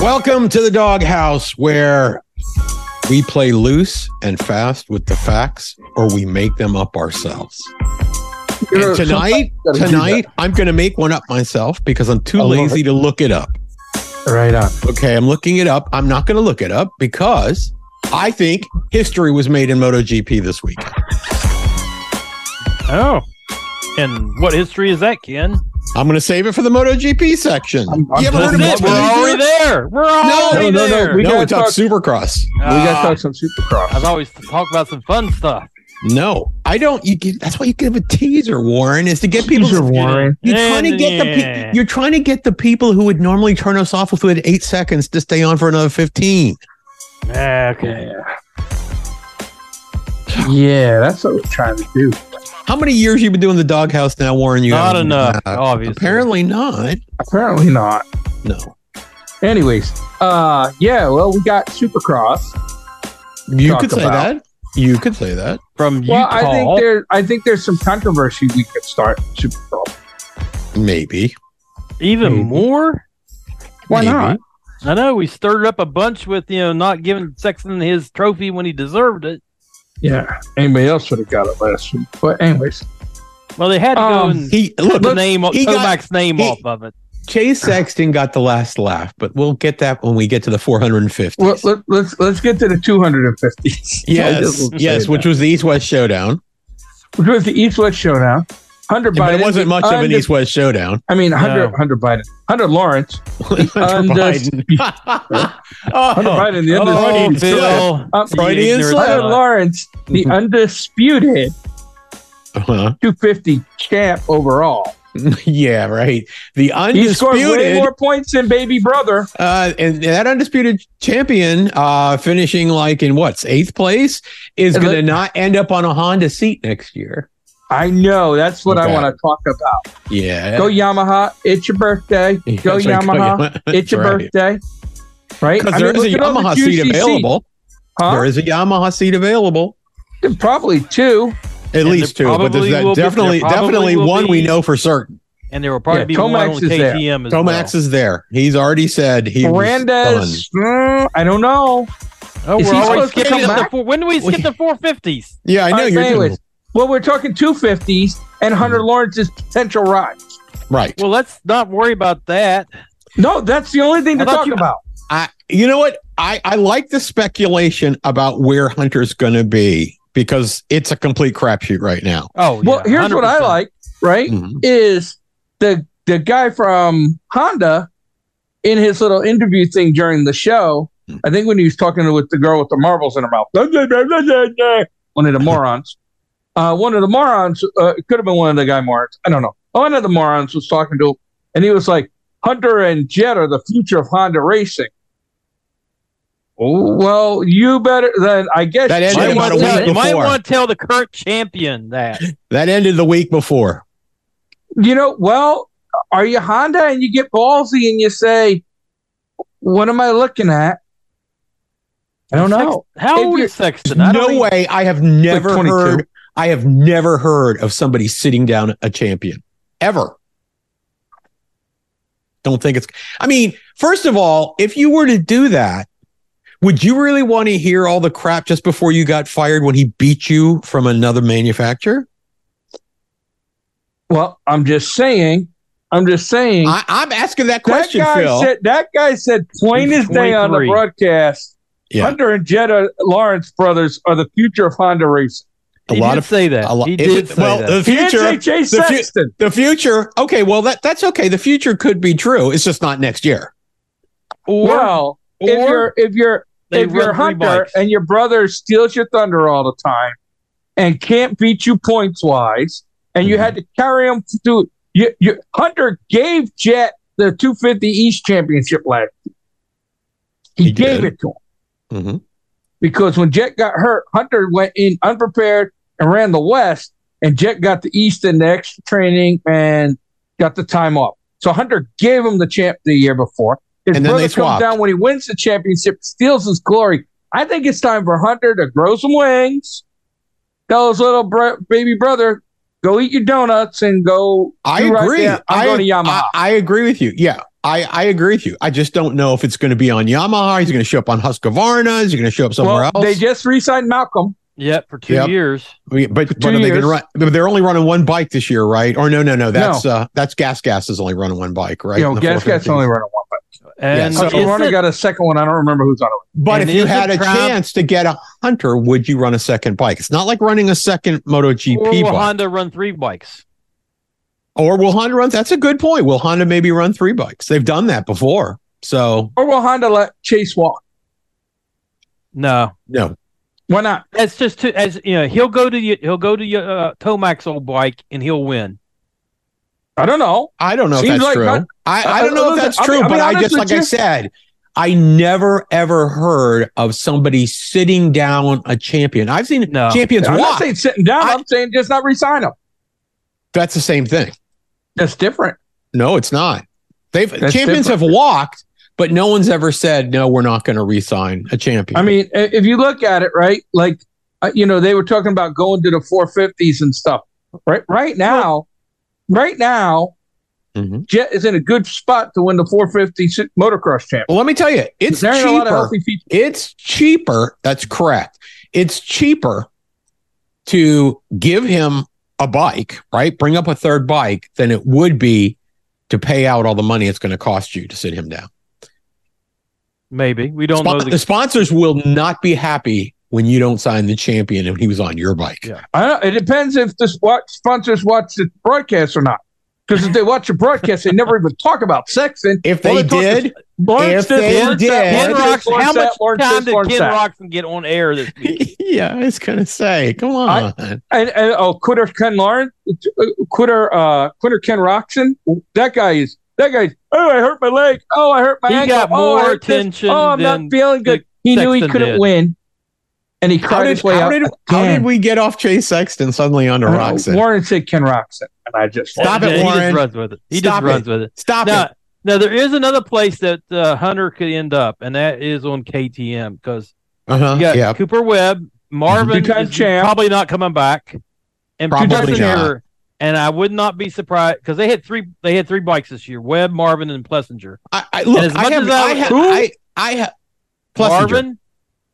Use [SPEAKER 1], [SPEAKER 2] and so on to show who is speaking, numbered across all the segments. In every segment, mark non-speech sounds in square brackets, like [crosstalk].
[SPEAKER 1] Welcome to the doghouse where we play loose and fast with the facts or we make them up ourselves. And
[SPEAKER 2] [laughs]
[SPEAKER 1] tonight, tonight, I'm going to make one up myself because I'm too
[SPEAKER 2] I love
[SPEAKER 1] lazy
[SPEAKER 2] it.
[SPEAKER 1] to look it up.
[SPEAKER 2] Right on.
[SPEAKER 1] Okay, I'm looking it up. I'm not going to look it up because I think history was made in MotoGP this week.
[SPEAKER 3] Oh. And what history is that, Ken?
[SPEAKER 1] I'm going to save it for the MotoGP section.
[SPEAKER 2] I'm- I'm
[SPEAKER 1] you haven't heard
[SPEAKER 3] That's
[SPEAKER 1] of
[SPEAKER 3] it. We're already
[SPEAKER 1] MotoGP?
[SPEAKER 3] there. We're
[SPEAKER 2] no,
[SPEAKER 3] already
[SPEAKER 2] no,
[SPEAKER 3] there.
[SPEAKER 2] we
[SPEAKER 1] no,
[SPEAKER 2] gotta
[SPEAKER 1] it's on
[SPEAKER 2] talk-
[SPEAKER 1] Supercross.
[SPEAKER 2] we got to
[SPEAKER 3] Ah,
[SPEAKER 2] talk some supercross.
[SPEAKER 3] I've always talked about some fun stuff.
[SPEAKER 1] No, I don't. You give, that's why you give a teaser, Warren, is to get people.
[SPEAKER 2] Teaser, Warren.
[SPEAKER 1] You're trying to
[SPEAKER 3] And
[SPEAKER 1] get the
[SPEAKER 3] yeah.
[SPEAKER 1] pe- you're trying to get the people who would normally turn us off if we had eight seconds to stay on for another fifteen.
[SPEAKER 3] Okay.
[SPEAKER 2] Yeah, that's what we're trying to do.
[SPEAKER 1] How many years you been doing the doghouse now, Warren? You
[SPEAKER 3] Not
[SPEAKER 1] haven't-
[SPEAKER 3] enough,
[SPEAKER 1] uh,
[SPEAKER 3] obviously.
[SPEAKER 1] apparently not.
[SPEAKER 2] Apparently not.
[SPEAKER 1] No,
[SPEAKER 2] Anyways, uh, yeah, well, we got supercross.
[SPEAKER 1] you
[SPEAKER 2] Talk
[SPEAKER 1] could say
[SPEAKER 2] about-
[SPEAKER 1] that. You could say that.
[SPEAKER 3] From
[SPEAKER 2] Well,
[SPEAKER 3] Utah.
[SPEAKER 2] I think there, I think there's some controversy we could start supercross.
[SPEAKER 1] Maybe.
[SPEAKER 3] Even
[SPEAKER 2] Maybe.
[SPEAKER 3] more?
[SPEAKER 2] Why
[SPEAKER 1] Maybe.
[SPEAKER 2] not?
[SPEAKER 3] I know we stirred up a bunch with, you know, not giving Sexton his trophy when he deserved it.
[SPEAKER 2] Yeah, anybody else would have got it last week. But anyways,
[SPEAKER 3] Well, they had to go
[SPEAKER 2] Um,
[SPEAKER 3] and
[SPEAKER 1] He look.
[SPEAKER 3] put the name,
[SPEAKER 1] he got-
[SPEAKER 3] Tobac's name
[SPEAKER 1] he-
[SPEAKER 3] off of it.
[SPEAKER 1] Chase Sexton got the last laugh, but we'll get that when we get to the 450.
[SPEAKER 2] let, let, let's let's get to the 250s. I
[SPEAKER 1] yes,
[SPEAKER 2] just will
[SPEAKER 1] yes,
[SPEAKER 2] say
[SPEAKER 1] which was the East West Showdown,
[SPEAKER 2] that. [laughs] which was the East West showdown. Hunter
[SPEAKER 1] but
[SPEAKER 2] Biden.
[SPEAKER 1] it wasn't much of an
[SPEAKER 2] unde-
[SPEAKER 1] East West Showdown. [laughs]
[SPEAKER 2] I mean, Hunter,
[SPEAKER 3] No.
[SPEAKER 2] Hunter Biden, Hunter Lawrence,
[SPEAKER 1] Hunter
[SPEAKER 2] Undis-
[SPEAKER 1] Biden.
[SPEAKER 2] [laughs]
[SPEAKER 1] [laughs]
[SPEAKER 2] Hunter
[SPEAKER 1] oh,
[SPEAKER 2] Biden, the
[SPEAKER 3] Oh,
[SPEAKER 2] undisputed.
[SPEAKER 3] Phil,
[SPEAKER 2] Uh,
[SPEAKER 3] the
[SPEAKER 1] Freudian
[SPEAKER 3] ignorant
[SPEAKER 1] slip.
[SPEAKER 2] Hunter
[SPEAKER 3] son.
[SPEAKER 2] Lawrence, the
[SPEAKER 1] Mhm.
[SPEAKER 2] undisputed
[SPEAKER 1] uh-huh.
[SPEAKER 2] 250 champ overall.
[SPEAKER 1] yeah, right. The
[SPEAKER 2] He scored way
[SPEAKER 1] undisputed,
[SPEAKER 2] more points than baby brother.
[SPEAKER 1] uh, and that undisputed champion, uh, finishing like in what's eighth place, is
[SPEAKER 2] Is
[SPEAKER 1] going to
[SPEAKER 2] it-
[SPEAKER 1] not end up on a Honda seat next year.
[SPEAKER 2] I know. That's what
[SPEAKER 1] Okay.
[SPEAKER 2] I want to talk about.
[SPEAKER 1] Yeah, [laughs]
[SPEAKER 2] Go Yamaha. It's your birthday.
[SPEAKER 1] Yeah,
[SPEAKER 2] Go
[SPEAKER 1] that's right,
[SPEAKER 2] Yamaha.
[SPEAKER 1] [laughs]
[SPEAKER 2] It's your
[SPEAKER 1] Right.
[SPEAKER 2] birthday. Right?
[SPEAKER 1] Because
[SPEAKER 2] I
[SPEAKER 1] there
[SPEAKER 2] mean,
[SPEAKER 1] is a
[SPEAKER 2] look at all the
[SPEAKER 1] Yamaha
[SPEAKER 2] juicy
[SPEAKER 1] seat available. There
[SPEAKER 2] Huh?
[SPEAKER 1] is a Yamaha seat available.
[SPEAKER 2] Probably two.
[SPEAKER 1] At
[SPEAKER 3] And
[SPEAKER 1] least two,
[SPEAKER 3] there
[SPEAKER 1] but there's
[SPEAKER 3] probably
[SPEAKER 1] that
[SPEAKER 3] will be- there
[SPEAKER 1] definitely
[SPEAKER 3] probably
[SPEAKER 1] definitely
[SPEAKER 3] will
[SPEAKER 1] one we
[SPEAKER 3] be-
[SPEAKER 1] know for certain.
[SPEAKER 3] And there will probably
[SPEAKER 2] Yeah,
[SPEAKER 3] be
[SPEAKER 2] Tomax
[SPEAKER 3] one on
[SPEAKER 2] is there.
[SPEAKER 3] KTM as
[SPEAKER 1] Tomax is there. He's already said he was
[SPEAKER 2] Brandes. mm, I don't know.
[SPEAKER 3] well.
[SPEAKER 2] is
[SPEAKER 3] Oh,
[SPEAKER 2] he
[SPEAKER 3] we're already
[SPEAKER 2] supposed to
[SPEAKER 3] skipping
[SPEAKER 2] come
[SPEAKER 3] up the
[SPEAKER 2] back?
[SPEAKER 3] four. When do we skip the 450s?
[SPEAKER 1] done. Yeah, I
[SPEAKER 2] All
[SPEAKER 1] know
[SPEAKER 2] right,
[SPEAKER 1] you're
[SPEAKER 2] Uh,
[SPEAKER 1] Mm-hmm.
[SPEAKER 2] anyways, well, we're talking 250s and Hunter Lawrence's potential rise.
[SPEAKER 1] right.
[SPEAKER 3] Well, let's not worry about that.
[SPEAKER 2] No, that's the only thing
[SPEAKER 3] I
[SPEAKER 2] to
[SPEAKER 3] thought
[SPEAKER 2] talk
[SPEAKER 3] you-
[SPEAKER 2] about.
[SPEAKER 1] I you know what? I I like the speculation about where Hunter's going to be because it's a complete crapshoot right now.
[SPEAKER 3] Oh,
[SPEAKER 2] Well,
[SPEAKER 3] yeah,
[SPEAKER 2] here's what I
[SPEAKER 3] 100%.
[SPEAKER 2] like, right?
[SPEAKER 1] Mhm.
[SPEAKER 2] Mm-hmm. Is the the guy from Honda in his little interview thing during the show?
[SPEAKER 1] Mm-hmm.
[SPEAKER 2] I think when he was talking with the girl with the marbles in her mouth, one of the morons, uh, one of the morons, uh, it could have been one of the guy morons. I don't know. One of the morons was talking to him, and he was like, "Hunter and Jet are the future of Honda racing." Oh well, you better then. I guess
[SPEAKER 1] That ended
[SPEAKER 2] you
[SPEAKER 3] Might
[SPEAKER 1] about
[SPEAKER 3] wanna
[SPEAKER 1] a week
[SPEAKER 3] tell- you might
[SPEAKER 1] before.
[SPEAKER 3] want to tell the current champion that.
[SPEAKER 1] That ended the week before.
[SPEAKER 2] you know, well, are you Honda and you get ballsy and you say, what am I looking at? I don't know.
[SPEAKER 3] Sex- how
[SPEAKER 2] If
[SPEAKER 3] old
[SPEAKER 2] you're-
[SPEAKER 3] is Sexton? I
[SPEAKER 1] No
[SPEAKER 3] don't e-, even-
[SPEAKER 1] way. I have never
[SPEAKER 2] 22.
[SPEAKER 1] heard. I have never heard of somebody sitting down a champion ever. Don't think it's. I mean, first of all, if you were to do that, would you really want to hear all the crap just before you got fired when he beat you from another manufacturer?
[SPEAKER 2] Well, I'm just saying. I'm just saying.
[SPEAKER 1] I, I'm asking that
[SPEAKER 2] that
[SPEAKER 1] question,
[SPEAKER 2] guy
[SPEAKER 1] Phil.
[SPEAKER 2] said. That guy said plain
[SPEAKER 3] He's
[SPEAKER 2] as day on the
[SPEAKER 3] 23.
[SPEAKER 2] broadcast.
[SPEAKER 1] Yeah.
[SPEAKER 2] Hunter and Jetta Lawrence brothers are the future of Honda racing.
[SPEAKER 1] a
[SPEAKER 3] he
[SPEAKER 1] lot
[SPEAKER 3] did
[SPEAKER 1] of
[SPEAKER 3] say that.
[SPEAKER 1] a lot.
[SPEAKER 3] he
[SPEAKER 1] it-
[SPEAKER 3] did say
[SPEAKER 1] well,
[SPEAKER 3] that.
[SPEAKER 1] the
[SPEAKER 2] He didn't say
[SPEAKER 1] future,
[SPEAKER 2] Jay
[SPEAKER 1] the fu-
[SPEAKER 2] Sexton.
[SPEAKER 1] the future. Okay, well that that's okay. The future could be true. It's just not next year.
[SPEAKER 3] or
[SPEAKER 2] well, if
[SPEAKER 3] or
[SPEAKER 2] you're if you're
[SPEAKER 3] they
[SPEAKER 2] if you're
[SPEAKER 3] run three
[SPEAKER 2] Hunter
[SPEAKER 3] bikes.
[SPEAKER 2] and your brother steals your thunder all the time and can't beat you points wise, and
[SPEAKER 3] Mm-hmm.
[SPEAKER 2] you had to carry him to do you, you Hunter gave Jet the 250 East Championship last year. He,
[SPEAKER 1] He
[SPEAKER 2] gave
[SPEAKER 1] did.
[SPEAKER 2] it to him
[SPEAKER 1] Mm-hmm.
[SPEAKER 2] because when Jet got hurt, Hunter went in unprepared and ran the West, and Jet got the East in the extra training and got the time off. So Hunter gave him the champ the year before. His
[SPEAKER 1] And then they
[SPEAKER 2] brother comes
[SPEAKER 1] swapped.
[SPEAKER 2] down when he wins the championship, steals his glory. I think it's time for Hunter to grow some wings. Tell his little bro- baby brother, go eat your donuts and go.
[SPEAKER 1] I
[SPEAKER 2] You right
[SPEAKER 1] agree.
[SPEAKER 2] there. I'm
[SPEAKER 1] I- uh,
[SPEAKER 2] going to Yamaha.
[SPEAKER 1] I, I agree with you. Yeah. I, I agree with you. I just don't know if it's going to be on Yamaha. He's going to show up on Husqvarna. He's going to show up somewhere
[SPEAKER 2] well,
[SPEAKER 1] else.
[SPEAKER 2] they just re-signed Malcolm.
[SPEAKER 3] Yep, for two
[SPEAKER 1] Yep.
[SPEAKER 3] years.
[SPEAKER 1] We- but
[SPEAKER 2] For
[SPEAKER 1] but
[SPEAKER 2] two
[SPEAKER 1] are they going
[SPEAKER 2] years.
[SPEAKER 1] to run? but They're only running one bike this year, right? Or no, no, no. That's uh, that's Gas Gas is only running one bike, right?
[SPEAKER 2] you know,
[SPEAKER 1] The
[SPEAKER 2] Gas Gas
[SPEAKER 1] 450.
[SPEAKER 2] only running one.
[SPEAKER 3] And
[SPEAKER 1] so-
[SPEAKER 2] So
[SPEAKER 3] is it-
[SPEAKER 2] got a second one. I don't remember who's on it.
[SPEAKER 1] But
[SPEAKER 3] and
[SPEAKER 1] if you
[SPEAKER 3] is it
[SPEAKER 1] had a
[SPEAKER 3] proud-
[SPEAKER 1] chance to get a Hunter, would you run a second bike? It's not like running a second MotoGP
[SPEAKER 3] or will
[SPEAKER 1] bike.
[SPEAKER 3] Honda run three bikes?
[SPEAKER 1] or will Honda run? That's a good point. Will Honda maybe run three bikes? They've done that before. So
[SPEAKER 2] Or will Honda let Chase walk?
[SPEAKER 3] No,
[SPEAKER 1] no,
[SPEAKER 2] Why not?
[SPEAKER 3] that's just too. As you know, he'll go to y- he'll go to your uh, Tomac's old bike and he'll win.
[SPEAKER 2] I don't know.
[SPEAKER 1] I don't know if
[SPEAKER 2] Seems
[SPEAKER 1] that's
[SPEAKER 2] like
[SPEAKER 1] true.
[SPEAKER 2] Hun-
[SPEAKER 1] I,
[SPEAKER 2] I-
[SPEAKER 1] I don't know
[SPEAKER 2] I-
[SPEAKER 1] if that's
[SPEAKER 2] I'll be-
[SPEAKER 1] true,
[SPEAKER 2] I'll be
[SPEAKER 1] but I
[SPEAKER 2] honest
[SPEAKER 1] just
[SPEAKER 2] with
[SPEAKER 1] like I
[SPEAKER 2] you.
[SPEAKER 1] said, I never ever heard of somebody sitting down a champion. I've seen
[SPEAKER 3] No.
[SPEAKER 1] champions
[SPEAKER 2] I'm not
[SPEAKER 1] walk.
[SPEAKER 2] saying sitting down. I, am saying just not resign him.
[SPEAKER 1] That's the same thing.
[SPEAKER 2] That's different.
[SPEAKER 1] No, it's not. They've
[SPEAKER 2] That's
[SPEAKER 1] champions have walked, but no one's ever said no. We're not going to re-sign a champion.
[SPEAKER 2] I mean, i- if you look at it, right? Like, uh, you know, they were talking about going to the 450s and stuff. Right, right now, right now,
[SPEAKER 1] Mhm.
[SPEAKER 2] Jet is in a good spot to win the 450 si- motocross champ.
[SPEAKER 1] well, let me tell you, it's
[SPEAKER 2] There ain't a lot of
[SPEAKER 1] cheaper.
[SPEAKER 2] healthy features.
[SPEAKER 1] it's cheaper. That's correct. It's cheaper to give him a bike, right? Bring up a third bike than it would be to pay out all the money it's going to cost you to sit him down.
[SPEAKER 3] Maybe we don't
[SPEAKER 1] Spon-
[SPEAKER 3] know.
[SPEAKER 1] the
[SPEAKER 3] The,
[SPEAKER 1] sponsors will not be happy when you don't sign the champion and he was on your bike.
[SPEAKER 3] Yeah.
[SPEAKER 2] I don't, it depends if the spo- sponsors watch the broadcast or not. Because if they watch the broadcast, they never even talk about Sexton.
[SPEAKER 1] If
[SPEAKER 2] All
[SPEAKER 1] they
[SPEAKER 2] talk
[SPEAKER 1] [laughs]
[SPEAKER 2] is
[SPEAKER 1] did,
[SPEAKER 2] Lawrence
[SPEAKER 1] If they
[SPEAKER 2] Lawrence
[SPEAKER 1] did-
[SPEAKER 2] that,
[SPEAKER 3] Ken
[SPEAKER 1] Lawrence
[SPEAKER 2] Lawrence
[SPEAKER 3] Roxon,
[SPEAKER 2] this,
[SPEAKER 3] how
[SPEAKER 2] Lawrence
[SPEAKER 3] much
[SPEAKER 2] that, Lawrence
[SPEAKER 3] time
[SPEAKER 2] this,
[SPEAKER 3] did
[SPEAKER 2] Lawrence
[SPEAKER 3] Ken
[SPEAKER 2] that.
[SPEAKER 3] Roxon get on air this week?
[SPEAKER 1] yeah, I was going to say, come on.
[SPEAKER 2] And, and oh, quitter Ken Lawrence, uh, quitter uh, quitter Ken Roxon. That guy is that guy's. Oh, I hurt my leg. Oh, I hurt my
[SPEAKER 3] He
[SPEAKER 2] ankle.
[SPEAKER 3] got
[SPEAKER 2] oh, I
[SPEAKER 3] more
[SPEAKER 2] hurt this.
[SPEAKER 3] attention
[SPEAKER 2] Oh, I'm
[SPEAKER 3] than
[SPEAKER 2] not feeling good. He knew he
[SPEAKER 3] Sexton
[SPEAKER 2] couldn't
[SPEAKER 3] did.
[SPEAKER 2] win, and he
[SPEAKER 1] how
[SPEAKER 2] cried
[SPEAKER 1] did,
[SPEAKER 2] his way
[SPEAKER 1] how,
[SPEAKER 2] out. Uh,
[SPEAKER 1] did, how did we get off Chase Sexton suddenly onto
[SPEAKER 2] I don't know,
[SPEAKER 1] Roxon?
[SPEAKER 2] Warren said Ken Roxon, and I
[SPEAKER 1] [laughs]
[SPEAKER 2] just
[SPEAKER 1] Stop it,
[SPEAKER 3] he
[SPEAKER 1] Warren.
[SPEAKER 3] just runs with it. He
[SPEAKER 1] Stop
[SPEAKER 3] just runs with it.
[SPEAKER 1] Stop
[SPEAKER 3] Now,
[SPEAKER 1] it.
[SPEAKER 3] now there is another place that uh, Hunter could end up, and that is on KTM because
[SPEAKER 1] Uh-huh.
[SPEAKER 3] you got
[SPEAKER 1] Yeah.
[SPEAKER 3] Cooper Webb, Marvin
[SPEAKER 2] Two-time
[SPEAKER 3] is
[SPEAKER 2] champ.
[SPEAKER 3] probably not coming back, and
[SPEAKER 1] Probably
[SPEAKER 3] Preston
[SPEAKER 1] not.
[SPEAKER 3] Herter. And I would not be surprised because they had three. They had three bikes this year: Webb, Marvin, and Plessinger.
[SPEAKER 1] I, I look.
[SPEAKER 3] as
[SPEAKER 1] I
[SPEAKER 3] much
[SPEAKER 1] have.
[SPEAKER 3] as I-
[SPEAKER 1] I, have,
[SPEAKER 3] who?
[SPEAKER 1] I, I have. Plessinger.
[SPEAKER 3] Marvin,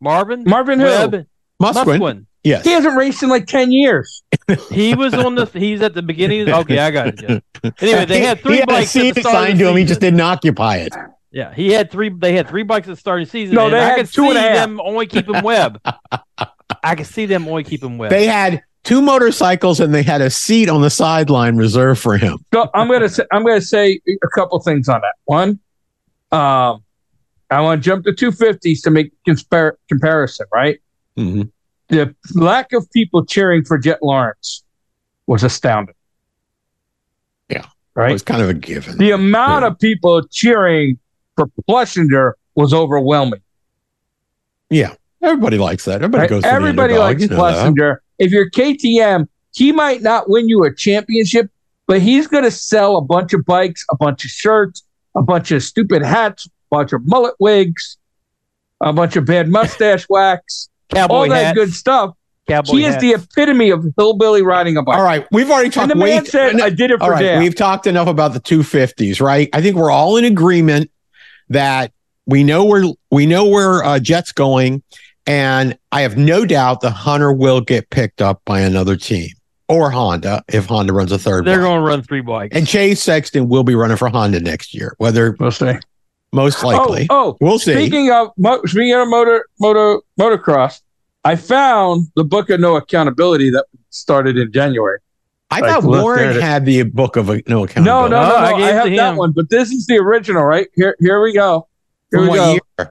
[SPEAKER 3] Marvin,
[SPEAKER 2] Marvin Hill.
[SPEAKER 3] Webb,
[SPEAKER 1] Musquin.
[SPEAKER 3] Musquin.
[SPEAKER 1] Yes.
[SPEAKER 2] He hasn't raced in like ten years.
[SPEAKER 3] He was on the. He's at the beginning. Of, okay, I got
[SPEAKER 1] [laughs]
[SPEAKER 3] it. Jeff. Anyway, they had three
[SPEAKER 1] He had a
[SPEAKER 3] bikes. at the
[SPEAKER 1] seat
[SPEAKER 3] start of
[SPEAKER 1] assigned
[SPEAKER 3] the
[SPEAKER 1] to him. He
[SPEAKER 3] season.
[SPEAKER 1] just didn't occupy it.
[SPEAKER 3] Yeah, he had three. They had three bikes at the start of the season.
[SPEAKER 2] No,
[SPEAKER 3] and
[SPEAKER 2] they
[SPEAKER 3] I
[SPEAKER 2] had
[SPEAKER 3] could
[SPEAKER 2] two
[SPEAKER 3] see
[SPEAKER 2] and a half.
[SPEAKER 3] them only
[SPEAKER 2] [laughs]
[SPEAKER 3] keeping Webb. I could see them only keeping Webb.
[SPEAKER 1] They had two motorcycles and they had a seat on the sideline reserved for him.
[SPEAKER 2] So I'm gonna say, I'm gonna say a couple things on that. One, um, I want to jump to 250s to make conspar- comparison. Right,
[SPEAKER 3] Mm-hmm.
[SPEAKER 2] the lack of people cheering for Jet Lawrence was astounding.
[SPEAKER 1] Yeah. It
[SPEAKER 2] right.
[SPEAKER 1] was kind of a given.
[SPEAKER 2] The amount of people cheering for Plessinger was overwhelming.
[SPEAKER 1] Everybody likes that. Everybody
[SPEAKER 2] right?
[SPEAKER 1] goes. For
[SPEAKER 2] Everybody
[SPEAKER 1] the underdog.
[SPEAKER 2] likes
[SPEAKER 1] You know that.
[SPEAKER 2] Plessinger. If you're KTM, he might not win you a championship, but he's going to sell a bunch of bikes, a bunch of shirts, a bunch of stupid hats, a bunch of mullet wigs, a bunch of
[SPEAKER 1] [laughs]
[SPEAKER 2] bad mustache wax,
[SPEAKER 3] Cowboy
[SPEAKER 2] all that
[SPEAKER 3] hats,
[SPEAKER 2] good stuff.
[SPEAKER 3] Cowboy
[SPEAKER 2] he is
[SPEAKER 3] hats.
[SPEAKER 2] the epitome of hillbilly riding a bike.
[SPEAKER 1] All right, we've already
[SPEAKER 2] And
[SPEAKER 1] talked.
[SPEAKER 2] the man
[SPEAKER 1] way-
[SPEAKER 2] said,
[SPEAKER 1] no,
[SPEAKER 2] "I did it
[SPEAKER 1] all
[SPEAKER 2] for
[SPEAKER 1] right,
[SPEAKER 2] damn."
[SPEAKER 1] we've talked enough about the 250s, right? I think we're all in agreement that we know where we know where uh, Jet's going, and I have no doubt the Hunter will get picked up by another team or Honda if Honda runs a 3rd
[SPEAKER 3] They're going to run three bikes.
[SPEAKER 1] and Chase Sexton will be running for Honda next year, whether
[SPEAKER 2] We'll see.
[SPEAKER 1] most likely.
[SPEAKER 2] Oh, oh
[SPEAKER 1] we'll see.
[SPEAKER 2] Speaking of mo- speaking of motor motor motocross, I found the book of no accountability that started in January.
[SPEAKER 1] I
[SPEAKER 2] like,
[SPEAKER 1] thought
[SPEAKER 2] look,
[SPEAKER 1] Warren
[SPEAKER 2] there it is.
[SPEAKER 1] had the book of uh, no account.
[SPEAKER 2] No, no, no,
[SPEAKER 3] Oh,
[SPEAKER 2] no,
[SPEAKER 3] I
[SPEAKER 2] I,
[SPEAKER 3] gave it
[SPEAKER 2] have
[SPEAKER 3] to
[SPEAKER 2] that
[SPEAKER 3] him.
[SPEAKER 2] one, but this is the original, right? Here, here we go. Here
[SPEAKER 1] From
[SPEAKER 2] we
[SPEAKER 1] what
[SPEAKER 2] go.
[SPEAKER 1] year?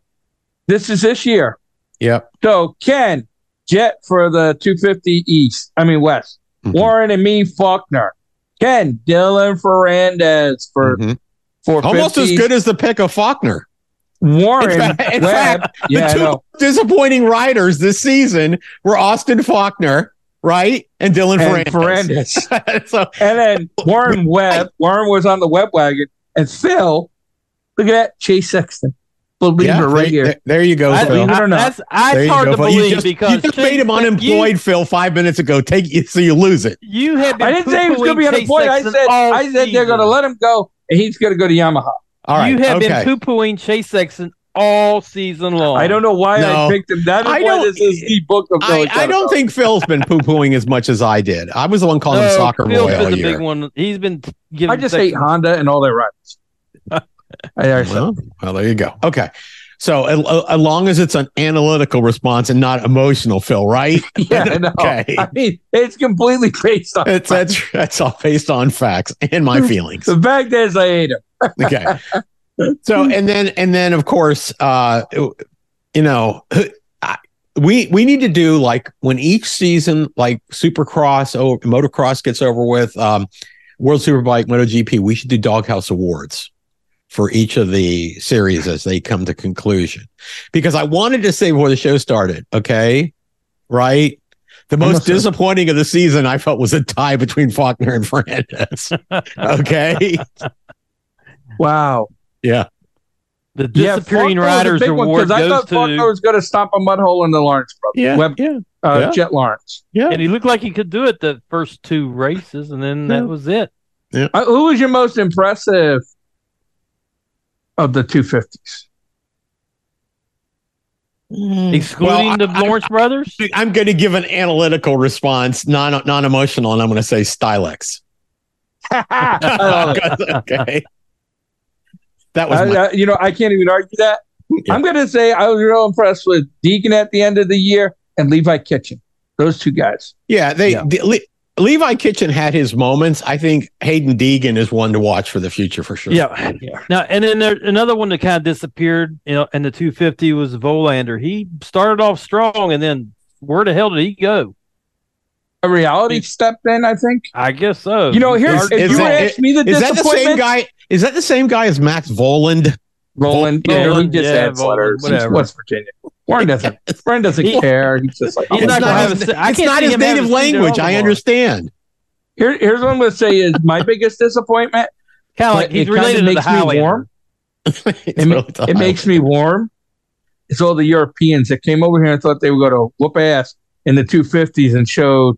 [SPEAKER 2] This is this year.
[SPEAKER 1] Yep.
[SPEAKER 2] So Ken Jet for the 250 East. I mean West.
[SPEAKER 1] Mhm.
[SPEAKER 2] Warren and me Faulkner. Ken Dylan Fernandez for
[SPEAKER 1] Mhm.
[SPEAKER 2] for
[SPEAKER 1] Almost as good as the pick of Faulkner.
[SPEAKER 2] Warren.
[SPEAKER 1] In fact- in
[SPEAKER 2] Webb.
[SPEAKER 1] fact,
[SPEAKER 2] yeah, I
[SPEAKER 1] the two
[SPEAKER 2] know.
[SPEAKER 1] disappointing riders this season were Austin Faulkner, right, and Dylan
[SPEAKER 2] and
[SPEAKER 1] Ferrandez. [laughs]
[SPEAKER 2] Fernandez.
[SPEAKER 1] so
[SPEAKER 2] And then
[SPEAKER 1] [laughs]
[SPEAKER 2] Warren Webb, Warren was on the web wagon, and Phil, look at that, Chase Sexton. Believe
[SPEAKER 1] yeah,
[SPEAKER 2] it right
[SPEAKER 1] there,
[SPEAKER 2] here.
[SPEAKER 1] there- there you go,
[SPEAKER 3] I,
[SPEAKER 1] Phil.
[SPEAKER 2] believe it or not.
[SPEAKER 3] that's, that's
[SPEAKER 1] There you
[SPEAKER 3] hard
[SPEAKER 1] go,
[SPEAKER 3] to
[SPEAKER 1] Phil.
[SPEAKER 3] believe
[SPEAKER 1] you just,
[SPEAKER 3] because
[SPEAKER 1] you just made him
[SPEAKER 3] Chase-
[SPEAKER 1] unemployed, Phil, five minutes ago. Take you so you lose it.
[SPEAKER 3] You, you have been
[SPEAKER 2] I didn't say he was going to
[SPEAKER 3] poo-pooing
[SPEAKER 2] be
[SPEAKER 3] Chase
[SPEAKER 2] unemployed. I
[SPEAKER 3] Sexton
[SPEAKER 2] said,
[SPEAKER 3] all
[SPEAKER 2] I said they're going to
[SPEAKER 3] season.
[SPEAKER 2] let him go, and he's going to go to Yamaha.
[SPEAKER 1] All right.
[SPEAKER 3] you have
[SPEAKER 1] okay.
[SPEAKER 3] been poo pooing Chase Sexton all season long.
[SPEAKER 2] I don't know why
[SPEAKER 1] Oh, No.
[SPEAKER 2] I picked him. That is
[SPEAKER 1] I
[SPEAKER 2] why
[SPEAKER 1] don't-
[SPEAKER 2] this is the book of
[SPEAKER 1] I,
[SPEAKER 2] Bill
[SPEAKER 1] I don't
[SPEAKER 2] Cosby.
[SPEAKER 1] think Phil's been poo pooing as much as I did. I was the one calling him
[SPEAKER 3] No,
[SPEAKER 1] soccer
[SPEAKER 3] Oh, Phil's
[SPEAKER 1] boy all
[SPEAKER 3] been the
[SPEAKER 1] year.
[SPEAKER 3] big one. He's been giving.
[SPEAKER 2] I just
[SPEAKER 3] Sexton-
[SPEAKER 2] hate Honda and all
[SPEAKER 1] [laughs]
[SPEAKER 2] their rivals. I already said
[SPEAKER 1] Well, well, there you go. Okay. So a- a- as long as it's an analytical response and not emotional, Phil,
[SPEAKER 3] [laughs]
[SPEAKER 1] right?
[SPEAKER 2] [laughs] Yeah, I know.
[SPEAKER 3] Oh,
[SPEAKER 1] Okay.
[SPEAKER 2] I mean, it's completely based on
[SPEAKER 1] It's, that's that's all based on facts and my feelings.
[SPEAKER 2] the fact is I hate him.
[SPEAKER 1] Okay. So and then and then of course, uh, you know, I- we we need to do like when each season, like Supercross or Motocross gets over with, um, World Superbike, MotoGP, we should do Doghouse Awards for each of the series as they come to conclusion. Because I wanted to say before the show started, okay, right. The most
[SPEAKER 2] must have-
[SPEAKER 1] disappointing of the season I felt was a tie between Faulkner and Fernandez. okay.
[SPEAKER 2] Wow.
[SPEAKER 1] Yeah.
[SPEAKER 3] the disappearing riders award
[SPEAKER 2] I
[SPEAKER 3] goes
[SPEAKER 2] thought
[SPEAKER 3] to,
[SPEAKER 2] Faulkner was going to stomp a mud hole in the Lawrence brother,
[SPEAKER 1] Yeah.
[SPEAKER 2] Web-
[SPEAKER 1] yeah.
[SPEAKER 2] uh,
[SPEAKER 1] Yeah.
[SPEAKER 2] Jet Lawrence.
[SPEAKER 1] Yeah.
[SPEAKER 3] and he looked like he could do it the first two races, and then
[SPEAKER 1] Yeah.
[SPEAKER 3] that was it.
[SPEAKER 2] Uh, who was your most impressive of the two fifties?
[SPEAKER 3] Excluding
[SPEAKER 1] Well,
[SPEAKER 3] the
[SPEAKER 1] I-
[SPEAKER 3] Lawrence brothers,
[SPEAKER 1] I'm going to give an analytical response, non non emotional, and I'm going to say Stylex. [laughs] okay, that was my,
[SPEAKER 2] I- I- you know, I can't even argue that.
[SPEAKER 1] Yeah.
[SPEAKER 2] I'm going to say I was real impressed with Deacon at the end of the year and Levi Kitchen. Those two guys.
[SPEAKER 1] yeah. They
[SPEAKER 2] yeah.
[SPEAKER 1] the- Le- Levi Kitchen had his moments. I think Hayden Deegan is one to watch for the future for sure.
[SPEAKER 3] yeah.
[SPEAKER 2] Yeah.
[SPEAKER 3] Now and then there, another one that kind of disappeared, you know, and the 250 was Volander. He started off strong, and then where the hell did he go?
[SPEAKER 2] A reality stepped in, I think.
[SPEAKER 3] I guess so.
[SPEAKER 2] You know,
[SPEAKER 3] He
[SPEAKER 2] here's
[SPEAKER 3] started-
[SPEAKER 1] is
[SPEAKER 2] if you were
[SPEAKER 1] that-
[SPEAKER 2] asked me the
[SPEAKER 1] Is that the same
[SPEAKER 2] disappointment,
[SPEAKER 1] guy? Is that the same guy as Max Voland?
[SPEAKER 2] Roland,
[SPEAKER 3] Vol-
[SPEAKER 2] yeah, he
[SPEAKER 3] Roland,
[SPEAKER 2] just
[SPEAKER 3] yeah,
[SPEAKER 2] adds
[SPEAKER 3] Roland,
[SPEAKER 2] letters. He's
[SPEAKER 3] whatever.
[SPEAKER 2] West Virginia. Warren doesn't. Warren doesn't
[SPEAKER 3] He-
[SPEAKER 2] care. He's just like
[SPEAKER 3] He's
[SPEAKER 2] oh,
[SPEAKER 1] It's
[SPEAKER 3] not
[SPEAKER 2] God.
[SPEAKER 3] gonna have a
[SPEAKER 1] his,
[SPEAKER 3] se- I
[SPEAKER 1] it's
[SPEAKER 3] can't
[SPEAKER 1] not
[SPEAKER 3] see
[SPEAKER 1] his
[SPEAKER 3] him having
[SPEAKER 1] native
[SPEAKER 3] a seat at
[SPEAKER 1] language. I
[SPEAKER 3] Omaha.
[SPEAKER 1] understand. [laughs]
[SPEAKER 2] Here, here's what I'm going to say is my biggest disappointment.
[SPEAKER 3] kind of like
[SPEAKER 2] But
[SPEAKER 3] he's
[SPEAKER 2] it kinda
[SPEAKER 3] related to the
[SPEAKER 2] makes me
[SPEAKER 3] highway.
[SPEAKER 2] warm.
[SPEAKER 1] It's
[SPEAKER 2] ma-
[SPEAKER 1] really tough.
[SPEAKER 2] It makes me warm. It's all the Europeans that came over here and thought they were going to whoop ass in the 250s and showed